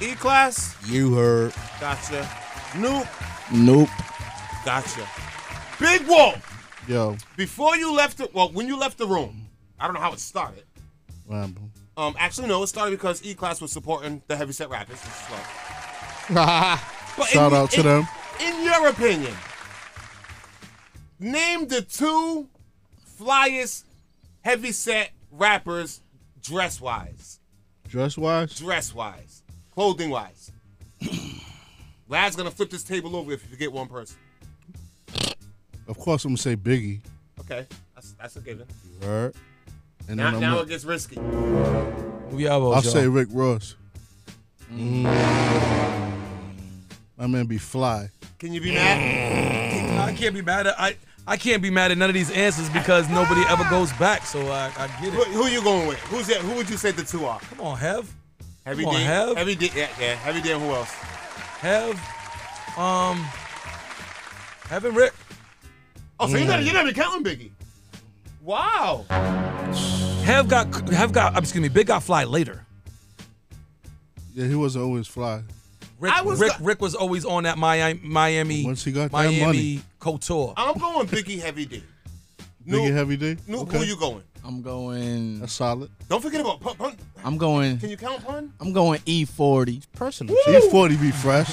Speaker 6: E class.
Speaker 3: You heard.
Speaker 6: Gotcha. Nope.
Speaker 21: Nope.
Speaker 6: Gotcha. Big walk.
Speaker 21: Yo.
Speaker 6: Before you left the well, when you left the room, I don't know how it started.
Speaker 21: Rambo.
Speaker 6: Um, actually no, it started because E class was supporting the heavyset rappers. which is slow. But
Speaker 21: Shout out to
Speaker 6: in-
Speaker 21: them.
Speaker 6: In your opinion, name the two flyest heavy set rappers dress wise,
Speaker 21: Dress wise,
Speaker 6: dress wise, clothing wise. *clears throat* Lad's gonna flip this table over if you forget one person.
Speaker 21: of course, I'm gonna say Biggie.
Speaker 6: Okay, that's, that's a given.
Speaker 21: Word. And
Speaker 6: now
Speaker 21: then I'm
Speaker 6: now
Speaker 21: gonna-
Speaker 6: it gets risky.
Speaker 21: I'll say Rick Ross.
Speaker 3: Mm.
Speaker 21: My man be fly.
Speaker 6: Can you be mad?
Speaker 14: I can't be mad at I. I can't be mad at none of these answers because nobody ever goes back. So I, I get it.
Speaker 6: Who, who you going with? Who's that? Who would you say the two are? Come
Speaker 14: on, Hev.
Speaker 6: Heavy
Speaker 14: Come on,
Speaker 6: D.
Speaker 14: Hev.
Speaker 6: Heavy D. Yeah, yeah. Heavy D. and Who else?
Speaker 14: Hev, um, Heaven Rick.
Speaker 6: Oh, so you gotta you gotta be counting Biggie. Wow.
Speaker 14: Hev got Hev got. Excuse me. Big got fly later.
Speaker 21: Yeah, he wasn't always fly.
Speaker 14: Rick was Rick, Rick was always on that Miami Miami
Speaker 21: Once he got that
Speaker 14: Miami
Speaker 21: money.
Speaker 14: couture.
Speaker 6: I'm going Biggie Heavy D.
Speaker 21: Biggie Heavy D.
Speaker 6: Who- Who
Speaker 21: Okay.
Speaker 6: you going?
Speaker 10: I'm going.
Speaker 21: That's solid.
Speaker 6: Don't forget about pun. pun.
Speaker 10: I'm going.
Speaker 6: Can you count pun?
Speaker 10: I'm going E E40. Personal.
Speaker 6: Woo!
Speaker 21: E40 E be fresh.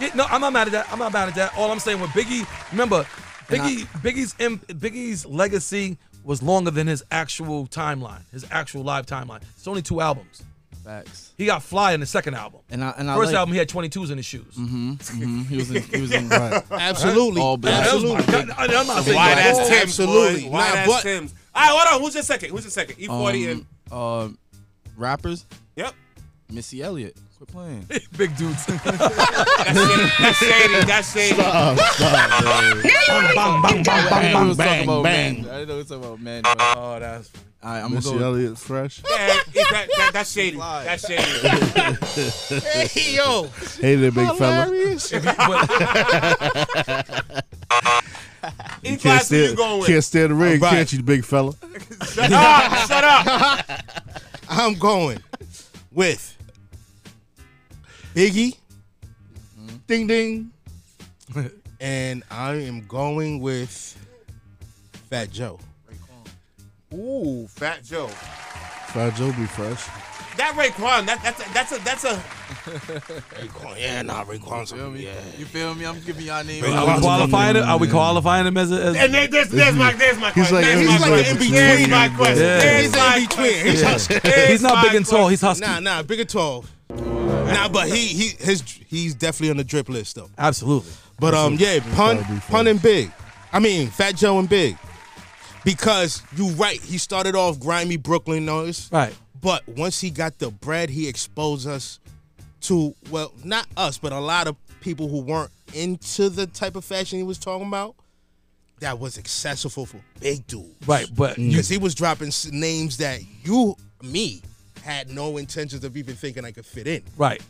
Speaker 14: Yeah, no, I'm not mad at that. I'm not mad at that. All I'm saying with Biggie, remember, Biggie Biggie's im- Biggie's legacy was longer than his actual timeline, his actual live timeline. It's only two albums.
Speaker 10: Facts.
Speaker 14: He got fly in the second album.
Speaker 10: And I and I
Speaker 14: First
Speaker 10: like,
Speaker 14: album, he had 22s in his shoes.
Speaker 10: Mm-hmm, mm-hmm. He was in. He was
Speaker 14: *laughs*
Speaker 10: in.
Speaker 14: Right. Absolutely.
Speaker 10: All black.
Speaker 14: That was my-
Speaker 10: Absolutely.
Speaker 14: I- I'm
Speaker 10: Big
Speaker 14: not saying Oh,
Speaker 10: black.
Speaker 14: that.
Speaker 6: That's Tim's
Speaker 10: Absolutely.
Speaker 6: Boy. Why
Speaker 10: Nah,
Speaker 6: that's
Speaker 10: but-
Speaker 6: Tim's. All right, hold on. Who's your second? Who's your second? E E40 and
Speaker 10: Um, uh, rappers.
Speaker 6: Yep.
Speaker 10: Missy Elliott. Quit playing. *laughs*
Speaker 14: Big dudes.
Speaker 6: that's shady. That's shady.
Speaker 10: Stop, stop, man.
Speaker 14: Bang,
Speaker 10: I didn't know we
Speaker 14: bang, bang, bang,
Speaker 10: was
Speaker 14: bang,
Speaker 10: talking about
Speaker 14: bang.
Speaker 10: men. I didn't know we was talking about men. Oh,
Speaker 14: that's.
Speaker 10: All right, I'm
Speaker 21: Missy
Speaker 10: gonna go.
Speaker 21: Elliott fresh.
Speaker 6: Yeah, that, that, that's shady. That's
Speaker 10: *laughs*
Speaker 6: shady.
Speaker 21: Hey, yo. Hey there, big fella.
Speaker 6: Hilarious.
Speaker 21: You
Speaker 6: E-Class, who
Speaker 21: steer,
Speaker 6: you going with?
Speaker 21: can't steer the rig,
Speaker 6: Alright.
Speaker 21: can't you, big fella?
Speaker 6: Shut up!
Speaker 21: *laughs*
Speaker 6: Shut up!
Speaker 3: *laughs* I'm going with Biggie. Ding ding. and I am going with Fat Joe.
Speaker 6: Ooh, Fat Joe.
Speaker 21: Fat Joe be fresh.
Speaker 6: That Raekwon. That, that's a, that's a that's a.
Speaker 3: yeah, nah,
Speaker 10: You feel me? You feel me? I'm giving y'all name.
Speaker 14: Are we qualifying it? Are we qualifying him as a? As
Speaker 6: And there- there's, there's my there's my question. there's my question. There's my question.
Speaker 14: Yeah.
Speaker 6: There's my question. There's
Speaker 14: He's not
Speaker 6: my
Speaker 14: big and tall. He's husky.
Speaker 3: Nah, nah, big and tall. Nah, but he he his he's definitely on the drip list though.
Speaker 14: Absolutely.
Speaker 3: But um, yeah, pun pun and big. I mean, Fat Joe and Big, because you right. He started off grimy Brooklyn noise,
Speaker 14: right?
Speaker 3: But once he got the bread, he exposed us to well, not us, but a lot of people who weren't into the type of fashion he was talking about. That was accessible for big dudes,
Speaker 14: Right, but you-
Speaker 3: because he was dropping s- names that you, me, had no intentions of even thinking I could fit in
Speaker 14: Right.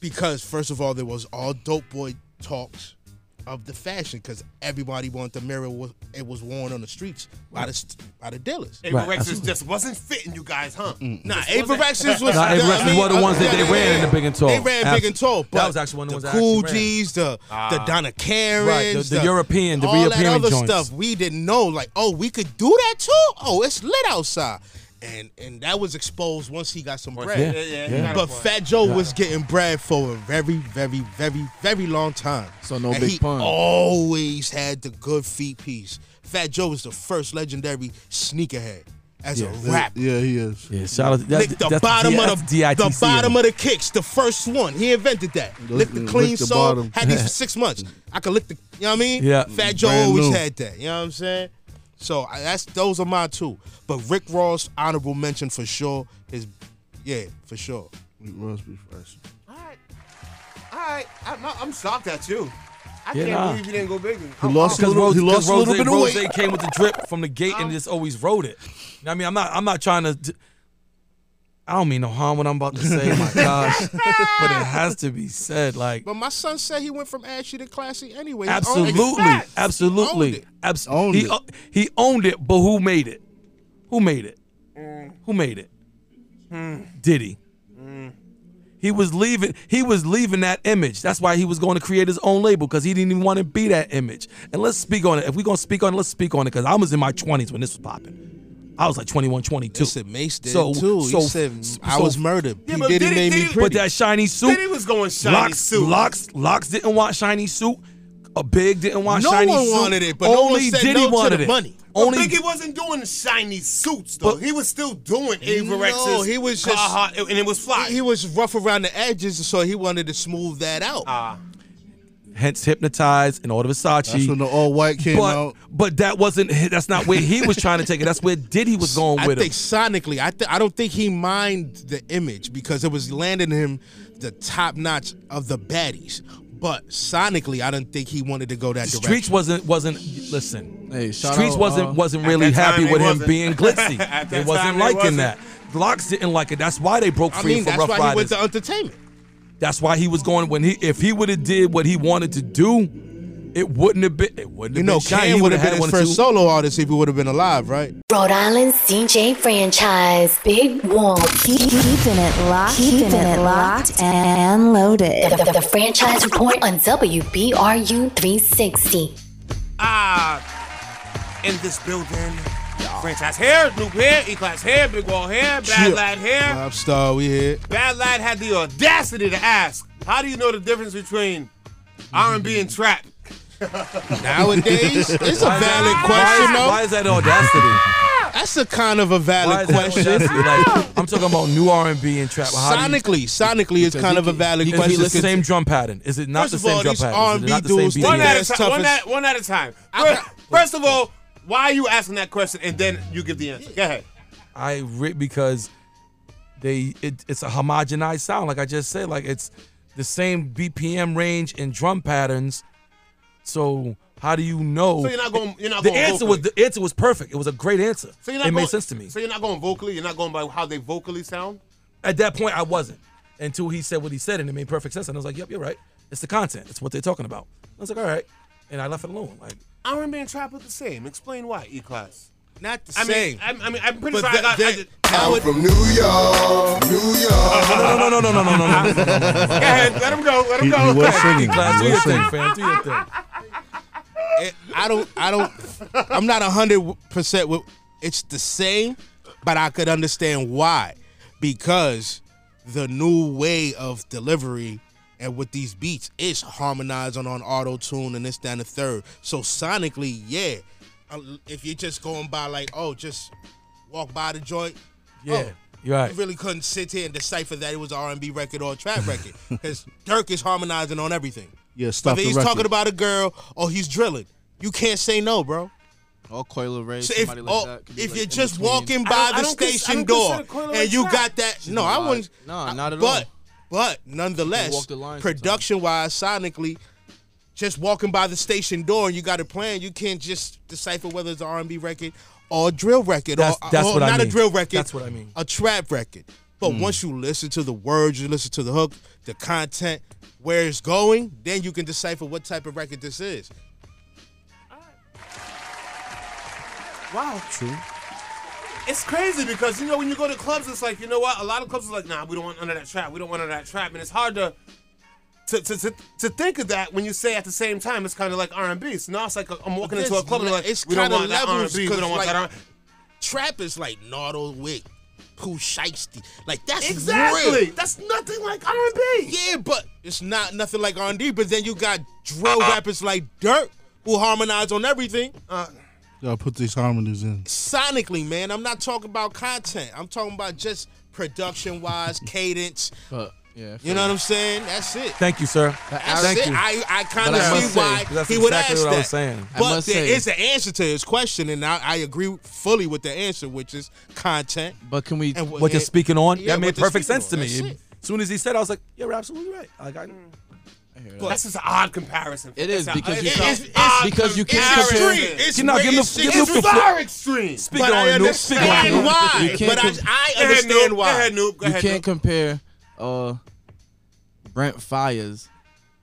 Speaker 3: because first of all, there was all dope boy talks of the fashion because everybody wanted the mirror was it was worn on the streets by the st- by the dealers.
Speaker 6: Ava Rex's just wasn't fitting you guys, huh?
Speaker 3: *laughs* Nah,
Speaker 6: Just
Speaker 3: Ava
Speaker 6: wasn't.
Speaker 3: Rex's was
Speaker 14: Nah, Ava
Speaker 3: I
Speaker 14: Rex's
Speaker 3: mean,
Speaker 14: were the
Speaker 3: uh,
Speaker 14: ones that they
Speaker 3: yeah,
Speaker 14: ran in the Big and Tall.
Speaker 3: They ran
Speaker 14: Absolutely.
Speaker 3: big and tall.
Speaker 14: That
Speaker 3: But
Speaker 14: was actually one of the ones I
Speaker 3: cool
Speaker 14: actually ran.
Speaker 3: G's, the the
Speaker 14: Ah.
Speaker 3: Donna Karens,
Speaker 14: Right, the- the European- the
Speaker 3: all
Speaker 14: reappearing
Speaker 3: that other
Speaker 14: joints.
Speaker 3: stuff. We didn't know like, oh, we could do that too. Oh, it's lit outside. And, and that was exposed once he got some bread.
Speaker 6: yeah, yeah, you got a
Speaker 3: But
Speaker 6: point.
Speaker 3: Fat Joe was getting bread for a very, very, very, very long time. So
Speaker 10: no
Speaker 3: and
Speaker 10: big
Speaker 3: he
Speaker 10: pun.
Speaker 3: Always had the good feet piece. Fat Joe was the first legendary sneakerhead as
Speaker 14: Yeah.
Speaker 3: a rapper.
Speaker 21: Yeah, he is.
Speaker 14: Yeah, shout out. That,
Speaker 3: Lick the bottom of the, the bottom of the kicks, the first one. He invented that.
Speaker 21: Those-
Speaker 3: lick the
Speaker 21: lick
Speaker 3: clean
Speaker 21: the
Speaker 3: sole.
Speaker 21: bottom. *laughs*
Speaker 3: Had these for six months. I could lick the. You know what I mean?
Speaker 21: Yeah.
Speaker 3: Fat Joe
Speaker 21: Brand
Speaker 3: always
Speaker 21: new.
Speaker 3: had that. You know what I'm saying? So I, that's those are my two. But Rick Ross, honorable mention for sure. His, yeah, for sure.
Speaker 21: Rick Ross be fresh.
Speaker 6: All right, I'm, not, I'm shocked at you.
Speaker 14: Yeah,
Speaker 6: I can't
Speaker 14: nah.
Speaker 6: believe you didn't go biggie.
Speaker 14: He
Speaker 21: lost a little- he lost a little bit of
Speaker 14: Rose
Speaker 21: weight.
Speaker 14: came with the drip from the gate and just always rode it. You know what I mean, I'm not. I'm not trying to. d- I don't mean no harm what I'm about to say. my gosh, but it has to be said. Like
Speaker 3: But my son said he went from ashy to classy anyway. He owned it.
Speaker 14: absolutely,
Speaker 3: Facts.
Speaker 14: absolutely, absolutely. He, o- he owned it, but who made it? Who made it?
Speaker 6: Mm.
Speaker 14: Who made it? Diddy. He was leaving. He was leaving that image. That's why he was going to create his own label because he didn't even want to be that image. And let's speak on it. If we're gonna speak on it, let's speak on it because I was in my twenties when this was popping. I was like 21, 22.
Speaker 3: Listen, Mace did too. He said, "I was murdered.
Speaker 6: Yeah, P. but Diddy Diddy- made me Diddy-
Speaker 14: But
Speaker 6: pretty."
Speaker 14: that shiny suit.
Speaker 6: Diddy was going shiny
Speaker 14: Locks,
Speaker 6: suit.
Speaker 14: Locks, locks didn't want shiny suit. A big didn't want
Speaker 3: No
Speaker 14: shiny
Speaker 3: one
Speaker 14: suit.
Speaker 3: wanted it, but no
Speaker 14: only
Speaker 3: one said
Speaker 14: Diddy
Speaker 3: no to
Speaker 14: wanted
Speaker 3: the
Speaker 14: it.
Speaker 3: money.
Speaker 6: Only Biggie wasn't doing shiny suits though. he was still doing Avorexes.
Speaker 3: No, he was just
Speaker 6: Carhartt, and it was fly.
Speaker 3: He, he was rough around the edges, so he wanted to smooth that out.
Speaker 6: Ah.
Speaker 14: hence hypnotized and all the Versace.
Speaker 21: That's when the all white came
Speaker 14: but,
Speaker 21: out.
Speaker 14: But that wasn't. *laughs* That's not where he was trying to take it. That's where Diddy was going
Speaker 3: I
Speaker 14: with
Speaker 3: think
Speaker 14: it.
Speaker 3: sonically, I th- I don't think he mined the image because it was landing him the top notch of the baddies. But sonically, I don't think he wanted to go that direction.
Speaker 14: Streets wasn't wasn't. Listen,
Speaker 3: shout
Speaker 14: Streets
Speaker 3: out,
Speaker 14: wasn't
Speaker 3: uh,
Speaker 14: wasn't
Speaker 3: At
Speaker 14: really
Speaker 3: that time,
Speaker 14: happy
Speaker 3: they
Speaker 14: with him
Speaker 3: wasn't.
Speaker 14: being glitzy.
Speaker 3: *laughs* At
Speaker 14: they
Speaker 3: that
Speaker 14: wasn't
Speaker 3: time, they
Speaker 14: liking
Speaker 3: wasn't.
Speaker 14: that. Glocks didn't like it. That's why they broke
Speaker 3: I
Speaker 14: free
Speaker 3: mean,
Speaker 14: from
Speaker 3: that's
Speaker 14: Rough
Speaker 3: why
Speaker 14: Riders.
Speaker 3: he went to entertainment.
Speaker 14: That's why he was going when he if he would have did what he wanted to do, it wouldn't have been it wouldn't
Speaker 3: You
Speaker 14: have
Speaker 3: know,
Speaker 14: been shiny.
Speaker 3: Kane
Speaker 14: He
Speaker 3: would
Speaker 14: would've
Speaker 3: have
Speaker 14: had
Speaker 3: been his
Speaker 14: one or two.
Speaker 3: first solo artist if he would have been alive, right?
Speaker 12: Rhode Island's DJ franchise, Big Wall. Keeping it locked,
Speaker 8: keeping it locked
Speaker 12: and loaded. The, the- the franchise report on WBRU 360.
Speaker 6: Ah, in this building. Franchise hair, new hair, E-class hair, big wall hair, bad
Speaker 3: Chip.
Speaker 6: lad hair.
Speaker 3: Rap star, we here.
Speaker 6: Bad lad had the audacity to ask, "How do you know the difference between R&B and trap?"
Speaker 3: *laughs*
Speaker 14: *laughs*
Speaker 3: Nowadays, it's a
Speaker 6: *laughs* Why is that-
Speaker 3: valid
Speaker 14: Why
Speaker 3: question,
Speaker 14: is,
Speaker 3: though.
Speaker 14: why is that audacity?
Speaker 3: That's a kind of
Speaker 14: Why
Speaker 3: a
Speaker 14: is
Speaker 3: valid
Speaker 14: that
Speaker 3: question. *laughs*
Speaker 14: audacity? Like, I'm talking about new R and B and trap. How do you-
Speaker 3: Sonically, sonically, *laughs* it's
Speaker 14: Because
Speaker 3: kind
Speaker 14: he
Speaker 3: of a
Speaker 14: can-
Speaker 3: valid
Speaker 14: he can
Speaker 3: question.
Speaker 14: feel the
Speaker 3: *laughs*
Speaker 14: same drum pattern. Is it not
Speaker 3: First
Speaker 14: the
Speaker 3: of
Speaker 14: same
Speaker 3: all,
Speaker 14: drum
Speaker 3: these
Speaker 14: pattern? Is it not the same
Speaker 3: R&B dudes
Speaker 14: beat?
Speaker 6: One at, a
Speaker 3: That's
Speaker 6: time, one,
Speaker 3: toughest.
Speaker 6: at, one at a time. First, first of all, why are you asking that question and then you give the answer? Go ahead.
Speaker 14: I re- because they it, it's a homogenized sound. Like I just said, like it's the same BPM range and drum patterns. So how do you know?
Speaker 6: So you're not going. You're not
Speaker 14: the
Speaker 6: going
Speaker 14: answer
Speaker 6: vocally.
Speaker 14: was the answer was perfect. It was a great answer.
Speaker 6: So
Speaker 14: it
Speaker 6: you're not going,
Speaker 14: made sense to me.
Speaker 6: So you're not going vocally. You're not going by how they vocally sound.
Speaker 14: At that point, I wasn't until he said what he said, and it made perfect sense. And I was like, "Yep, you're right. It's the content. It's what they're talking about." I was like, "All right," and I left it alone. Like
Speaker 6: R&B and trap are the same. Explain why E class.
Speaker 3: Not the
Speaker 6: I
Speaker 14: same.
Speaker 6: Mean, I'm- I, mean, I'm pretty
Speaker 14: But
Speaker 6: sure
Speaker 14: that-
Speaker 6: I got. I
Speaker 14: that-
Speaker 6: did-
Speaker 14: I'm from New York, New York. No, no, no, no, no, no, no, no, no. Go
Speaker 6: ahead, let him go, let
Speaker 3: him He- go. he was singing,
Speaker 14: Class,
Speaker 3: he
Speaker 14: do
Speaker 3: was
Speaker 14: your thing, fam.
Speaker 3: singing.
Speaker 14: Do your
Speaker 3: *laughs*
Speaker 14: thing.
Speaker 3: It- I don't. I don't. I'm not hundred percent. with It's the same, but I could understand why, because the new way of delivery and with these beats is harmonizing on auto tune and this, that, and the third. So sonically, yeah. uh, If you're just going by like, oh, just walk by the joint.
Speaker 14: Yeah,
Speaker 3: oh,
Speaker 14: you're right.
Speaker 3: You really couldn't sit here and decipher that it was an R&B record or a trap
Speaker 14: *laughs*
Speaker 3: record because Dirk is harmonizing on everything.
Speaker 21: Yeah, stop
Speaker 3: Whether
Speaker 21: the
Speaker 3: he's
Speaker 21: record.
Speaker 3: talking about a girl or he's drilling, you can't say no, bro.
Speaker 10: All Coil Ray,
Speaker 3: So if
Speaker 10: somebody like
Speaker 3: oh,
Speaker 10: that. could be,
Speaker 3: if
Speaker 10: like,
Speaker 3: you're
Speaker 10: in
Speaker 3: just
Speaker 10: between.
Speaker 3: walking by the station door and you got that,
Speaker 10: She's
Speaker 3: no, I
Speaker 10: alive.
Speaker 3: wouldn't.
Speaker 10: No, not at
Speaker 3: but,
Speaker 10: all.
Speaker 3: But
Speaker 10: walk
Speaker 3: nonetheless,
Speaker 10: the line sometimes.
Speaker 3: production wise, sonically, just walking by the station door and you got a plan, you can't just decipher whether it's an R&B record or a drill record
Speaker 14: That's-
Speaker 3: or,
Speaker 14: that's
Speaker 3: or
Speaker 14: what I
Speaker 3: not
Speaker 14: mean.
Speaker 3: a drill record.
Speaker 14: That's what I mean.
Speaker 3: A trap record. But
Speaker 14: Mm.
Speaker 3: once you listen to the words, you listen to the hook, the content, where it's going, then you can decipher what type of record this is.
Speaker 6: Wow. True. It's crazy because you know when you go to clubs, it's like you know what? A lot of clubs are like, nah, we don't want under that trap. We don't want under that trap, and it's hard to to to, to, to think of that when you say at the same time it's kind of like R and B. So now it's like I'm walking into a
Speaker 3: There's
Speaker 6: club and
Speaker 3: le-
Speaker 6: like
Speaker 3: it's
Speaker 6: we don't
Speaker 3: kinda
Speaker 6: want that R and
Speaker 3: levels
Speaker 6: B. We don't
Speaker 3: 'cause,
Speaker 6: want that
Speaker 3: like,
Speaker 6: R.
Speaker 3: Trap is like Nardo Wick, Pooh Shiesty. Like that's
Speaker 6: Exactly.
Speaker 3: real.
Speaker 6: That's nothing like R and B.
Speaker 3: Yeah, but it's not nothing like R and D. But then you got drill
Speaker 6: Uh-uh.
Speaker 3: rappers like Dirt who harmonize on everything. Uh,
Speaker 21: Gotta put these harmonies in.
Speaker 3: sonically, man. I'm not talking about content. I'm talking about just production wise, cadence.
Speaker 10: But, yeah,
Speaker 3: You know what I'm saying? That's it.
Speaker 14: Thank you, sir.
Speaker 3: That's
Speaker 14: Thank
Speaker 3: it.
Speaker 14: you.
Speaker 3: I, I kind
Speaker 14: But
Speaker 3: of
Speaker 14: I
Speaker 3: see
Speaker 14: must say,
Speaker 3: why
Speaker 14: that's
Speaker 3: he would
Speaker 14: exactly
Speaker 3: ask
Speaker 14: what I was
Speaker 3: that.
Speaker 14: saying. I
Speaker 3: But
Speaker 14: must
Speaker 3: there
Speaker 14: say-
Speaker 3: is an answer to his question, and I, I agree fully with the answer, which is content.
Speaker 10: But can we?
Speaker 3: And what-
Speaker 14: what you're
Speaker 3: yeah,
Speaker 14: speaking on.
Speaker 3: yeah,
Speaker 14: that made
Speaker 3: what they're
Speaker 14: perfect
Speaker 3: speaking
Speaker 14: sense to
Speaker 3: on.
Speaker 14: me.
Speaker 3: That's it.
Speaker 14: As soon as he said, it, I was like, "You're absolutely right." Like, I,
Speaker 6: But Mm. that's just an odd comparison.
Speaker 10: It is
Speaker 6: It's a-
Speaker 10: because you
Speaker 6: it's
Speaker 10: can't-
Speaker 6: an
Speaker 10: it's
Speaker 6: odd
Speaker 10: because you can't
Speaker 6: comparison.
Speaker 10: compare- Extreme. It's
Speaker 14: Give- no, give him
Speaker 10: it's-
Speaker 14: the- give him
Speaker 6: it's
Speaker 14: the flip.
Speaker 6: bizarre extreme.
Speaker 14: Speak
Speaker 6: But
Speaker 14: on
Speaker 6: I
Speaker 14: it, Noob. Speak on it,
Speaker 6: understand
Speaker 14: Noob.
Speaker 6: why.
Speaker 10: You can't
Speaker 6: But I-
Speaker 10: com-
Speaker 6: I Go ahead, understand Noob. Go why. ahead, Noob. Go
Speaker 10: you
Speaker 6: ahead,
Speaker 10: can't compare uh, Brent Fires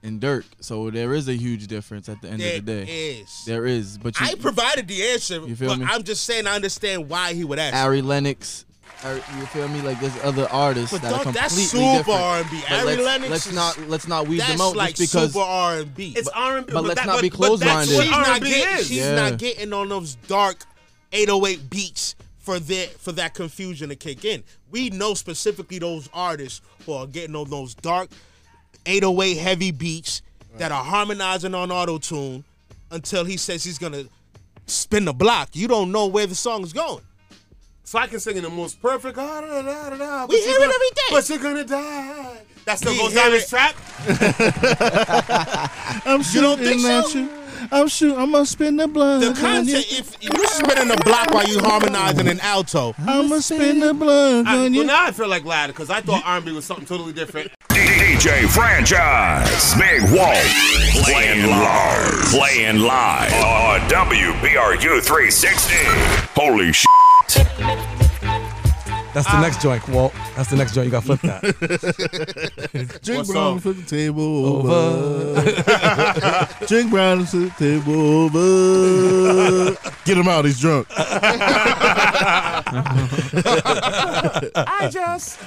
Speaker 10: and Dirk, so there is a huge difference at the end of the
Speaker 3: There
Speaker 10: day.
Speaker 3: is.
Speaker 10: There is, but you,
Speaker 3: I provided the answer,
Speaker 10: You feel
Speaker 3: but
Speaker 10: me?
Speaker 3: I'm just saying I understand why he would ask.
Speaker 10: Ari Lennox. Ari- You feel me? Like there's other artists
Speaker 3: But
Speaker 10: that are
Speaker 3: don't-
Speaker 10: completely
Speaker 3: that's
Speaker 10: different.
Speaker 3: super R&B.
Speaker 10: But
Speaker 3: Ari
Speaker 10: let's,
Speaker 3: Lennox
Speaker 10: Let's
Speaker 3: is-
Speaker 10: not let's not weed them
Speaker 3: That's
Speaker 10: out
Speaker 3: like
Speaker 10: just because
Speaker 3: super R and B.
Speaker 6: It's R and B,
Speaker 10: but let's
Speaker 6: that-
Speaker 10: not be
Speaker 6: but that's
Speaker 10: closed-minded.
Speaker 6: what
Speaker 3: She's not
Speaker 6: R&B
Speaker 3: getting.
Speaker 6: is.
Speaker 3: She's
Speaker 10: Yeah.
Speaker 3: not getting on those dark 808 beats for that for that confusion to kick in. We know specifically those artists who are getting on those dark 808 heavy beats that are harmonizing on auto tune until he says he's gonna spin the block, you don't know where the song's going.
Speaker 6: So I can sing in the most perfect. Ah, da, da, da, da, da,
Speaker 3: We
Speaker 6: but she
Speaker 3: hear it
Speaker 6: gonna-
Speaker 3: every day.
Speaker 6: But you're gonna die. That still
Speaker 3: We
Speaker 6: goes
Speaker 3: hear
Speaker 6: down
Speaker 3: it.
Speaker 6: his trap.
Speaker 21: I'm shooting
Speaker 3: don't think
Speaker 21: at
Speaker 3: so?
Speaker 21: you. I'm shooting. I'm gonna spin the blood.
Speaker 3: The content, if you're spinning the block while you harmonizing an alto,
Speaker 21: I'm gonna spin the blood
Speaker 6: I,
Speaker 21: on
Speaker 6: well,
Speaker 21: *laughs* you.
Speaker 6: now I feel like lying because I thought R&B was something totally different.
Speaker 1: DJ Franchise, Big Walt, playing live, playing live on WBRU 360. Holy shit.
Speaker 14: That's the next joint, Walt. That's the next joint. You got to flip
Speaker 6: *laughs*
Speaker 14: that.
Speaker 21: Drink
Speaker 14: What song?
Speaker 21: brown for the table
Speaker 14: Over.
Speaker 21: over. *laughs* Drink brown for the table over. *laughs* Get him out. He's *laughs* drunk.
Speaker 6: I just.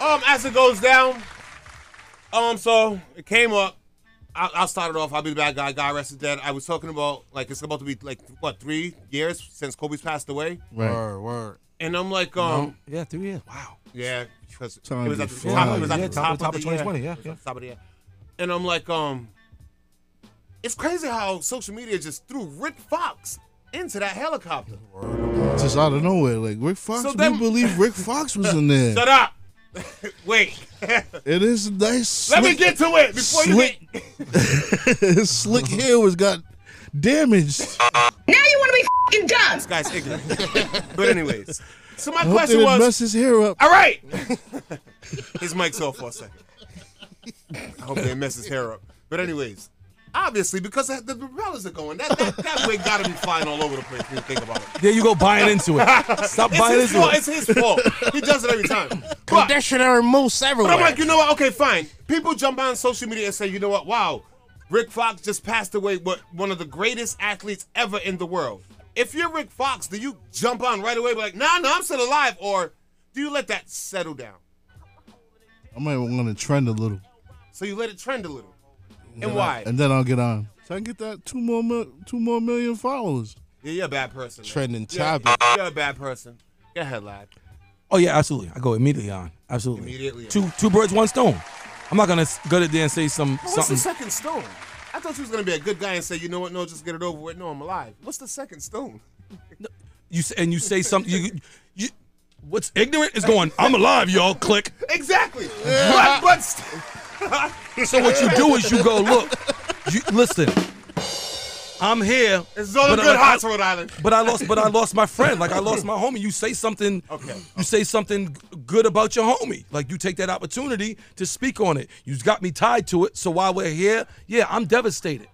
Speaker 6: um, as it goes down, um, so it came up. I, I'll start it off. I'll be the bad guy. God rest his dead. I was talking about like it's about to be like what three years since Kobe's passed away.
Speaker 21: Right.
Speaker 14: Word, word.
Speaker 6: And I'm like, um,
Speaker 14: Yeah, three years. Wow.
Speaker 6: yeah, because it
Speaker 14: Time
Speaker 6: was at
Speaker 14: to
Speaker 6: the top.
Speaker 14: fly.
Speaker 6: It was at
Speaker 14: Yeah,
Speaker 6: the
Speaker 14: top-
Speaker 6: top,
Speaker 14: top
Speaker 6: of
Speaker 14: of
Speaker 6: the year.
Speaker 14: 2020, yeah,
Speaker 6: It was
Speaker 14: yeah.
Speaker 6: at the Top of the year. And I'm like, um, it's crazy how social media just threw Rick Fox into that helicopter.
Speaker 21: Just out of nowhere, like Rick Fox.
Speaker 6: So
Speaker 21: we
Speaker 6: then-
Speaker 21: believe Rick Fox was in
Speaker 3: *laughs*
Speaker 21: there.
Speaker 6: Shut up. *laughs* Wait.
Speaker 21: It is nice.
Speaker 6: Let me get to it before you
Speaker 21: slick, His *laughs* slick hair was got damaged.
Speaker 6: Now you want to be fucking dumb. This guy's ignorant. *laughs* but anyways, so my
Speaker 21: I hope they
Speaker 6: question
Speaker 21: didn't
Speaker 6: was.
Speaker 21: mess his hair up.
Speaker 6: All right. his mic's off for a second. I hope they didn't mess his hair up. But anyways, obviously because the, the propellers are going, that that, that wig gotta be flying all over the place. When you think about it.
Speaker 14: There you go, buying into
Speaker 6: *laughs*
Speaker 14: it. Stop
Speaker 6: It's
Speaker 14: buying
Speaker 6: his
Speaker 14: into
Speaker 6: fault.
Speaker 14: it.
Speaker 6: It's his fault. He does it every time. Conditioner moose everywhere. But I'm like, you know what? Okay, fine. People jump on social media and say, you know what? Wow, Rick Fox just passed away. What one of the greatest athletes ever in the world. If you're Rick Fox, do you jump on right away? Be like, nah, nah, I'm still alive, or do you let that settle down?
Speaker 21: I might want to trend a little.
Speaker 6: So you let it trend a little.
Speaker 21: then
Speaker 6: And
Speaker 21: I-
Speaker 6: why?
Speaker 21: and then I'll get on. So I can get that two more mil- two more million followers.
Speaker 6: Yeah, you're a bad person. man.
Speaker 21: Trending
Speaker 6: You're-
Speaker 21: topic.
Speaker 6: You're a bad person. Go ahead, lad.
Speaker 14: Oh yeah, absolutely. I go immediately on. Absolutely.
Speaker 6: Immediately on.
Speaker 14: Two two birds, one stone. I'm not gonna s- go there and say some
Speaker 6: But what's the
Speaker 14: something.
Speaker 6: second stone? I thought you was gonna be a good guy and say, you know what? No, just get it over with. No, I'm alive. What's the second stone?
Speaker 14: you s- and you say something. You, you what's ignorant is going. I'm alive, y'all. Click.
Speaker 6: *laughs* Exactly. But, *laughs* but
Speaker 14: So what you do is you go look. You listen. I'm here.
Speaker 6: It's all
Speaker 14: but
Speaker 6: good
Speaker 14: I-
Speaker 6: hearts, Rhode Island.
Speaker 14: But I lost. But I lost
Speaker 6: *laughs*
Speaker 14: my friend. Like I lost my homie. You say something. Okay. You say something g- good about your homie. Like you take that opportunity to speak on it. You've got me tied to it. So while we're here, yeah, I'm devastated.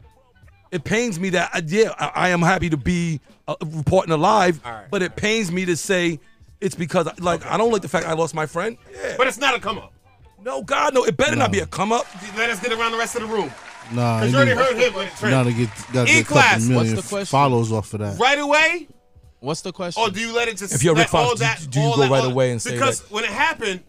Speaker 14: It pains me that I, yeah, I, I am happy to be uh, reporting alive. But it pains me to say it's because like I don't like the fact I lost my friend. Yeah.
Speaker 6: But it's not a come up.
Speaker 14: No, God, no. It better not be a come up.
Speaker 6: Let us get around the rest of the room.
Speaker 21: Nah, you
Speaker 6: Cause you already
Speaker 21: need-
Speaker 6: heard him on the
Speaker 21: you
Speaker 6: trend.
Speaker 21: gotta get gotta
Speaker 6: E
Speaker 21: get a
Speaker 6: class.
Speaker 21: couple
Speaker 6: What's
Speaker 21: million
Speaker 6: the question?
Speaker 21: followers off of that.
Speaker 6: Right away,
Speaker 14: What's the question?
Speaker 6: or do you let it just?
Speaker 14: If you're
Speaker 6: let
Speaker 14: Rick Fox,
Speaker 6: all
Speaker 14: do-
Speaker 6: that,
Speaker 14: do you
Speaker 6: all
Speaker 14: go
Speaker 6: that-
Speaker 14: right
Speaker 6: all-
Speaker 14: away and say
Speaker 6: because
Speaker 14: that- Oh.
Speaker 6: when it happened,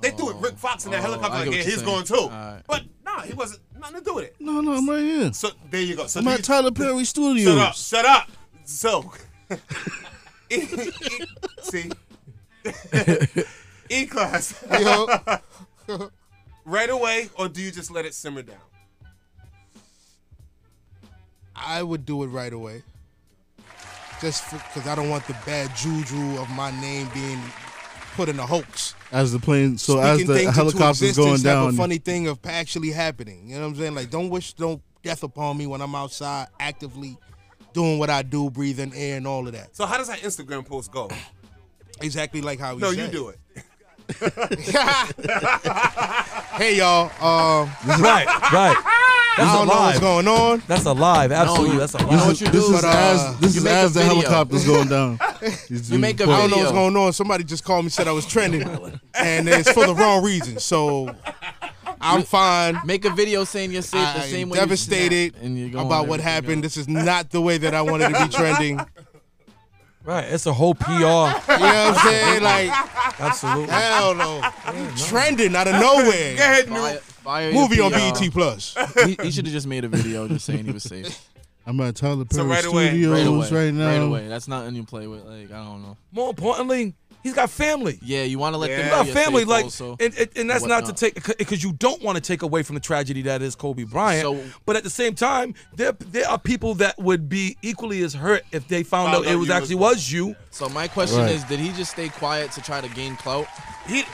Speaker 6: they threw it Rick Fox in that helicopter.
Speaker 14: I get what
Speaker 6: Like, yeah,
Speaker 14: you're
Speaker 6: he's
Speaker 14: saying.
Speaker 6: going too.
Speaker 14: All right.
Speaker 6: But nah, he wasn't. Nothing to do with it.
Speaker 21: No, no, I'm right here.
Speaker 6: So there you go. So
Speaker 21: I'm
Speaker 6: do
Speaker 21: at
Speaker 6: you-
Speaker 21: Tyler Perry Studios.
Speaker 6: Shut up! Shut up! So, *laughs* E, see, *laughs* E class. *laughs* right away, or do you just let it simmer down?
Speaker 3: I would do it right away. Just because I don't want the bad juju of my name being put in a hoax.
Speaker 21: As the plane, so as
Speaker 3: Speaking
Speaker 21: the
Speaker 3: things
Speaker 21: helicopter's
Speaker 3: into
Speaker 21: going
Speaker 3: existence, have
Speaker 21: down,
Speaker 3: a funny thing of actually happening. You know what I'm saying? Like, don't wish no death upon me when I'm outside actively doing what I do, breathing air and all of that.
Speaker 6: So how does that Instagram post go?
Speaker 3: Exactly like how we
Speaker 6: No, you
Speaker 3: said.
Speaker 6: do it.
Speaker 3: hey y'all. Um,
Speaker 14: right, right. That's
Speaker 3: I don't
Speaker 14: a
Speaker 3: know
Speaker 14: lie.
Speaker 3: what's going on.
Speaker 14: That's a live. Absolutely,
Speaker 21: you-
Speaker 14: that's a
Speaker 21: you
Speaker 14: live.
Speaker 21: know what you This do? is
Speaker 13: uh,
Speaker 21: as- this You is make as a the video. helicopter's going *laughs*
Speaker 3: *laughs*
Speaker 21: down.
Speaker 3: you make a I don't know what's going on. Somebody just called me said I was trending, and it's for the wrong reason. So I'm fine.
Speaker 8: Make a video saying you're safe the
Speaker 3: I am
Speaker 8: same way. you
Speaker 3: devastated
Speaker 8: snap, and you're going
Speaker 3: about what
Speaker 8: everything
Speaker 3: happened. This is not the way that I wanted to be trending.
Speaker 14: Right, it's a whole PR. you know what
Speaker 3: I'm saying? Like,
Speaker 13: *laughs*
Speaker 14: absolutely.
Speaker 3: Hell no, trending out of nowhere.
Speaker 8: Go ahead,
Speaker 3: Fire-
Speaker 8: fire your
Speaker 3: Movie on
Speaker 8: PR.
Speaker 3: BET Plus.
Speaker 8: he, should have just made a video just saying he was safe.
Speaker 3: *laughs*
Speaker 21: I'm at Tyler Perry
Speaker 8: right away,
Speaker 21: Studios
Speaker 8: right away,
Speaker 21: right now.
Speaker 8: Right away. That's not nothing you play with. Like I don't know.
Speaker 14: More importantly,
Speaker 13: He's got family.
Speaker 10: Yeah, you want to let
Speaker 13: He's
Speaker 10: them know
Speaker 13: got
Speaker 10: you're
Speaker 13: family.
Speaker 10: safe
Speaker 13: Like,
Speaker 10: also
Speaker 13: and, and, and that's not to
Speaker 10: whatnot.
Speaker 13: take because you don't want to take away from the tragedy that is Kobe Bryant.
Speaker 10: So-
Speaker 13: but at the same time, there there are people that would be equally as hurt if they found,
Speaker 10: Found
Speaker 13: out,
Speaker 10: out
Speaker 13: it was
Speaker 10: you was
Speaker 13: actually
Speaker 10: gone.
Speaker 13: was you.
Speaker 10: So my question
Speaker 13: Right.
Speaker 10: is, did he just stay quiet to try to gain clout?
Speaker 13: He,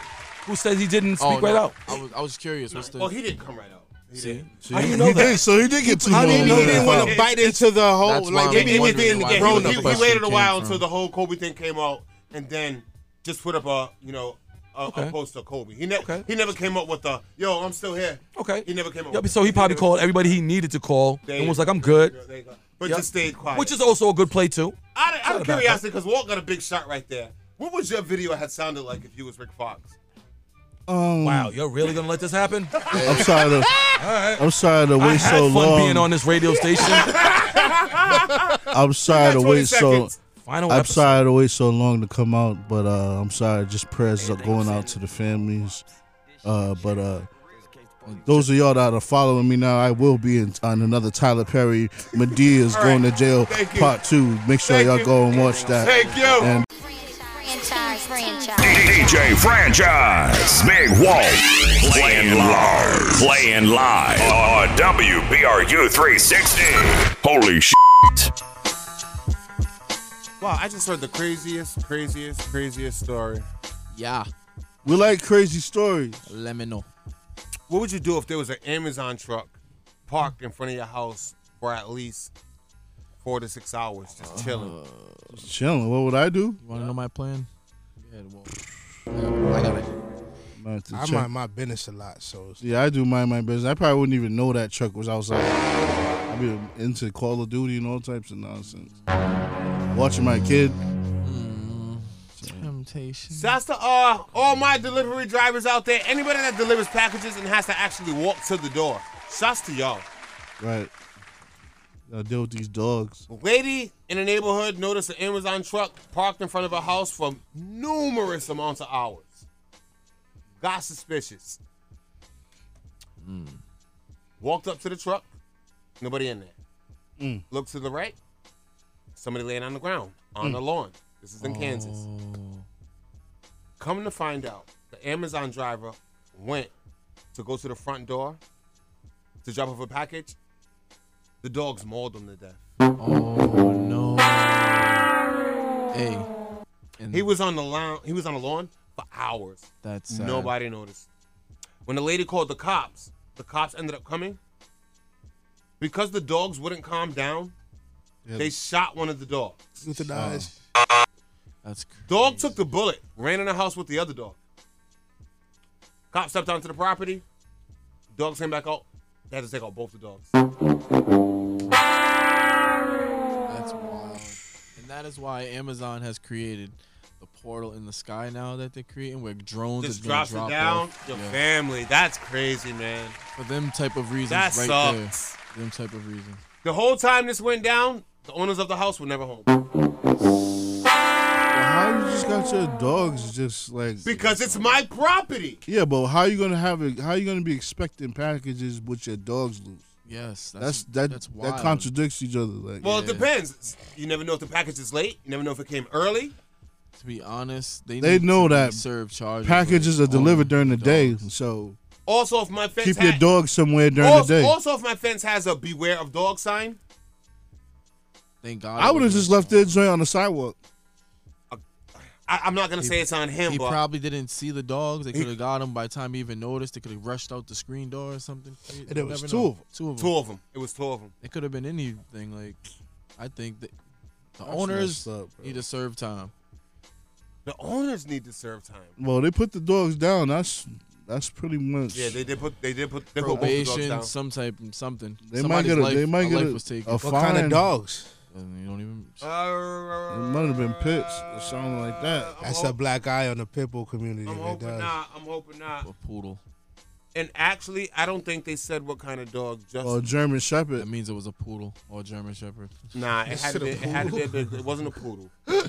Speaker 13: who says he didn't
Speaker 10: Oh,
Speaker 13: speak right
Speaker 10: no.
Speaker 13: out?
Speaker 10: I was, I was curious. What's the?
Speaker 6: Well, he didn't come right out.
Speaker 10: See,
Speaker 13: How do you know that?
Speaker 6: I
Speaker 13: How do you know that?
Speaker 3: wanna bite into the whole-
Speaker 10: That's like, why maybe I'm he was wondering being why the he grown-up
Speaker 6: He,
Speaker 10: was-
Speaker 6: he waited a
Speaker 10: came
Speaker 6: while
Speaker 10: from.
Speaker 6: until the whole Kobe thing came out, and then just put up a you know a, a post of Kobe. He never he never came up with the yo I'm still here.
Speaker 13: Okay.
Speaker 6: He never came up.
Speaker 13: Yeah,
Speaker 6: with
Speaker 13: so he probably called everybody he needed to call
Speaker 6: There
Speaker 13: and
Speaker 6: you
Speaker 13: was
Speaker 6: go.
Speaker 13: like, "I'm good,"
Speaker 6: There you go. But
Speaker 13: Yeah.
Speaker 6: just stayed quiet.
Speaker 13: which is also a good play too.
Speaker 6: out of, out of
Speaker 13: Sorry about
Speaker 6: curiosity because Walt got a big shot right there. What would your video had sounded like if you was Rick Fox?
Speaker 21: Um,
Speaker 13: Wow, you're really gonna let this
Speaker 6: *laughs*
Speaker 13: happen?
Speaker 21: I'm sorry to. I'm sorry to
Speaker 13: I
Speaker 21: wait
Speaker 13: had
Speaker 21: so
Speaker 13: fun
Speaker 21: long.
Speaker 13: being on this radio station.
Speaker 21: I'm sorry to wait so.
Speaker 13: Final
Speaker 21: I'm
Speaker 13: episode.
Speaker 21: sorry to wait so long to come out, but uh, I'm sorry. Just prayers are going out to the families. Uh, but uh, those of y'all that are following me now, I will be in, on another Tyler Perry Medea's going to jail part two. Make sure y'all go and watch that.
Speaker 1: Thank you.
Speaker 21: And
Speaker 9: Franchise, franchise.
Speaker 1: DJ Franchise, Big Walt, playing live, playing live on WBRU 360. Holy shit.
Speaker 6: Wow, I just heard the craziest, craziest, craziest story.
Speaker 10: Yeah.
Speaker 21: we like crazy stories.
Speaker 10: Let me know.
Speaker 6: What would you do if there was an Amazon truck parked in front of your house for at least four to six hours, just chilling?
Speaker 21: Just chilling. What would I do?
Speaker 10: You want to know my plan? Yeah, well,
Speaker 21: I got it.
Speaker 3: I mind my business a lot, so it's
Speaker 21: Yeah, I do mind my business. I probably wouldn't even know that truck was outside. I'd be into Call of Duty and all types of nonsense. Watching my kid.
Speaker 10: Temptation.
Speaker 6: So that's the uh, all my delivery drivers out there. Anybody that delivers packages and has to actually walk to the door. Shouts to y'all.
Speaker 21: Right. I deal with these dogs.
Speaker 6: Lady in the neighborhood noticed an Amazon truck parked in front of her house for numerous amounts of hours. Got suspicious.
Speaker 21: mm.
Speaker 6: Walked up to the truck, nobody in there. Looked to the right, somebody laying on the ground on
Speaker 5: Mm.
Speaker 6: the lawn. This is in Kansas. Come to find out, the Amazon driver went to go to the front door to drop off a package. The dogs mauled him to death.
Speaker 10: Oh no. Hey,
Speaker 6: He was on the lawn. He was on the lawn for hours.
Speaker 10: That's sad.
Speaker 6: nobody noticed. When the lady called the cops, the cops ended up coming because the dogs wouldn't calm down.
Speaker 21: Yeah.
Speaker 6: They shot one of the dogs.
Speaker 3: euthanized.
Speaker 10: That's
Speaker 6: Dog took the bullet, ran in the house with the other dog. Cop stepped onto the property. Dogs came back out. They had to take out both the dogs.
Speaker 10: That's wild. And that is why Amazon has created the portal in the sky now that they're creating where drones
Speaker 6: Just
Speaker 10: is gonna
Speaker 6: drops
Speaker 10: drop
Speaker 6: it down.
Speaker 10: off.
Speaker 6: Your
Speaker 10: Yeah.
Speaker 6: family. That's crazy, man.
Speaker 10: For them type of reasons
Speaker 6: That
Speaker 10: right
Speaker 6: sucks.
Speaker 10: there. Them type of reasons.
Speaker 6: The whole time this went down, the owners of the house were never home.
Speaker 21: How you just got your dogs just like
Speaker 6: Because it's my property.
Speaker 21: Yeah, but how you gonna have it how you gonna be expecting packages with your dogs loose?
Speaker 10: Yes,
Speaker 21: That's, that that contradicts each other. Like
Speaker 6: Well, it depends. You never know if the package is late. You never know if it came early.
Speaker 10: To be honest, they,
Speaker 21: They
Speaker 10: need
Speaker 21: know
Speaker 10: to be
Speaker 21: that
Speaker 10: served charges.
Speaker 21: packages are
Speaker 10: with
Speaker 21: delivered during the day, so
Speaker 6: Also, if my fence
Speaker 21: keep your
Speaker 6: had-
Speaker 21: dog somewhere during
Speaker 6: also,
Speaker 21: the day.
Speaker 6: Also, if my fence has a "Beware of Dog" sign,
Speaker 10: Thank God.
Speaker 21: I would have just left that joint on the sidewalk.
Speaker 6: I, I'm not gonna say it's on him,
Speaker 10: He
Speaker 6: but
Speaker 10: probably didn't see the dogs. They
Speaker 6: He-
Speaker 10: could have got him by the time he even noticed. They could have rushed out the screen door or something. You
Speaker 6: And there was
Speaker 10: never
Speaker 6: two
Speaker 10: know.
Speaker 6: of 'em.
Speaker 10: Two of them.
Speaker 6: Two of 'em. It was two of them.
Speaker 10: It could have been anything. Like, I think that the
Speaker 21: That's
Speaker 10: owners
Speaker 21: messed
Speaker 10: need to serve time.
Speaker 6: the owners need to serve time.
Speaker 21: Well, they put the dogs down. That's that's pretty much.
Speaker 6: Yeah, they did put they did put they put both the dogs
Speaker 10: Probation,
Speaker 6: down.
Speaker 10: some type, something.
Speaker 21: They might
Speaker 10: Somebody's
Speaker 21: get a-
Speaker 10: life,
Speaker 21: they might get
Speaker 10: life
Speaker 21: a-
Speaker 10: was taken.
Speaker 21: a What kind of fine. dogs?
Speaker 10: And you don't even.
Speaker 21: It might have been pits or something like that.
Speaker 3: That's a black eye on the pit bull community.
Speaker 6: I'm
Speaker 3: right
Speaker 6: hoping
Speaker 3: there.
Speaker 6: not. I'm hoping not.
Speaker 10: poodle.
Speaker 6: And actually, I don't think they said what kind of dog. Just
Speaker 21: Or a German Shepherd.
Speaker 10: That means it was a poodle or a German Shepherd.
Speaker 6: nah, it had to be. It had to be. a big- It wasn't a poodle.
Speaker 21: It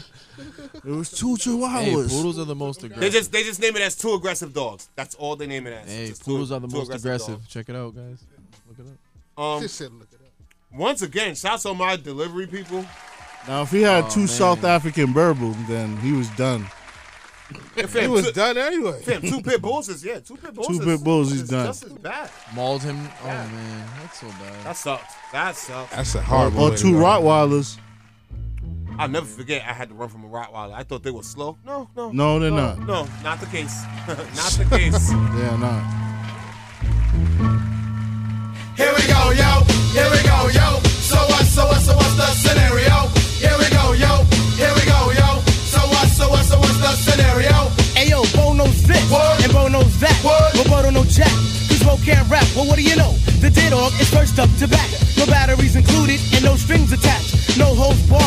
Speaker 21: was two
Speaker 10: Hey,
Speaker 21: chihuahuas.
Speaker 10: poodles are the most
Speaker 6: They
Speaker 10: aggressive.
Speaker 6: just they just name it as two aggressive dogs. That's all they name it as.
Speaker 10: hey,
Speaker 6: Just two-
Speaker 10: poodles are the
Speaker 6: two
Speaker 10: most aggressive.
Speaker 6: dogs.
Speaker 10: Check it out, guys. Look it up.
Speaker 6: Um, Once again, shouts on my delivery people.
Speaker 21: Now, if he had
Speaker 6: Oh,
Speaker 21: two
Speaker 6: man.
Speaker 21: South African Berbers, then he was done.
Speaker 6: Yeah, fam,
Speaker 3: He was
Speaker 6: two-
Speaker 3: done anyway.
Speaker 6: Fam, two pit bulls is yeah, two pit bulls.
Speaker 21: Two
Speaker 6: is-
Speaker 21: pit bulls, he's
Speaker 6: is
Speaker 21: done.
Speaker 6: Just as bad.
Speaker 10: Mauled him. Oh
Speaker 6: Yeah.
Speaker 10: man, that's so bad.
Speaker 6: That sucks. That sucks.
Speaker 3: That's a
Speaker 6: hard.
Speaker 21: Or- Or two Rottweilers.
Speaker 6: I'll never forget. I had to run from a Rottweiler. I thought they were slow. No, no.
Speaker 21: No, they're not.
Speaker 6: No, not the case. *laughs* not the case.
Speaker 21: *laughs* Yeah, nah.
Speaker 2: Here we go, yo. Here we go, yo. So what, so what, so what's the scenario? Here we go, yo. Here we go, yo. So what, so what, so what's the scenario?
Speaker 15: Ayo, Bo knows this, and Bo knows that, but Bo don't know jack. Cause Bo can't rap, well what do you know? The dead dog is first up to bat. No batteries included and no strings attached. No holds barred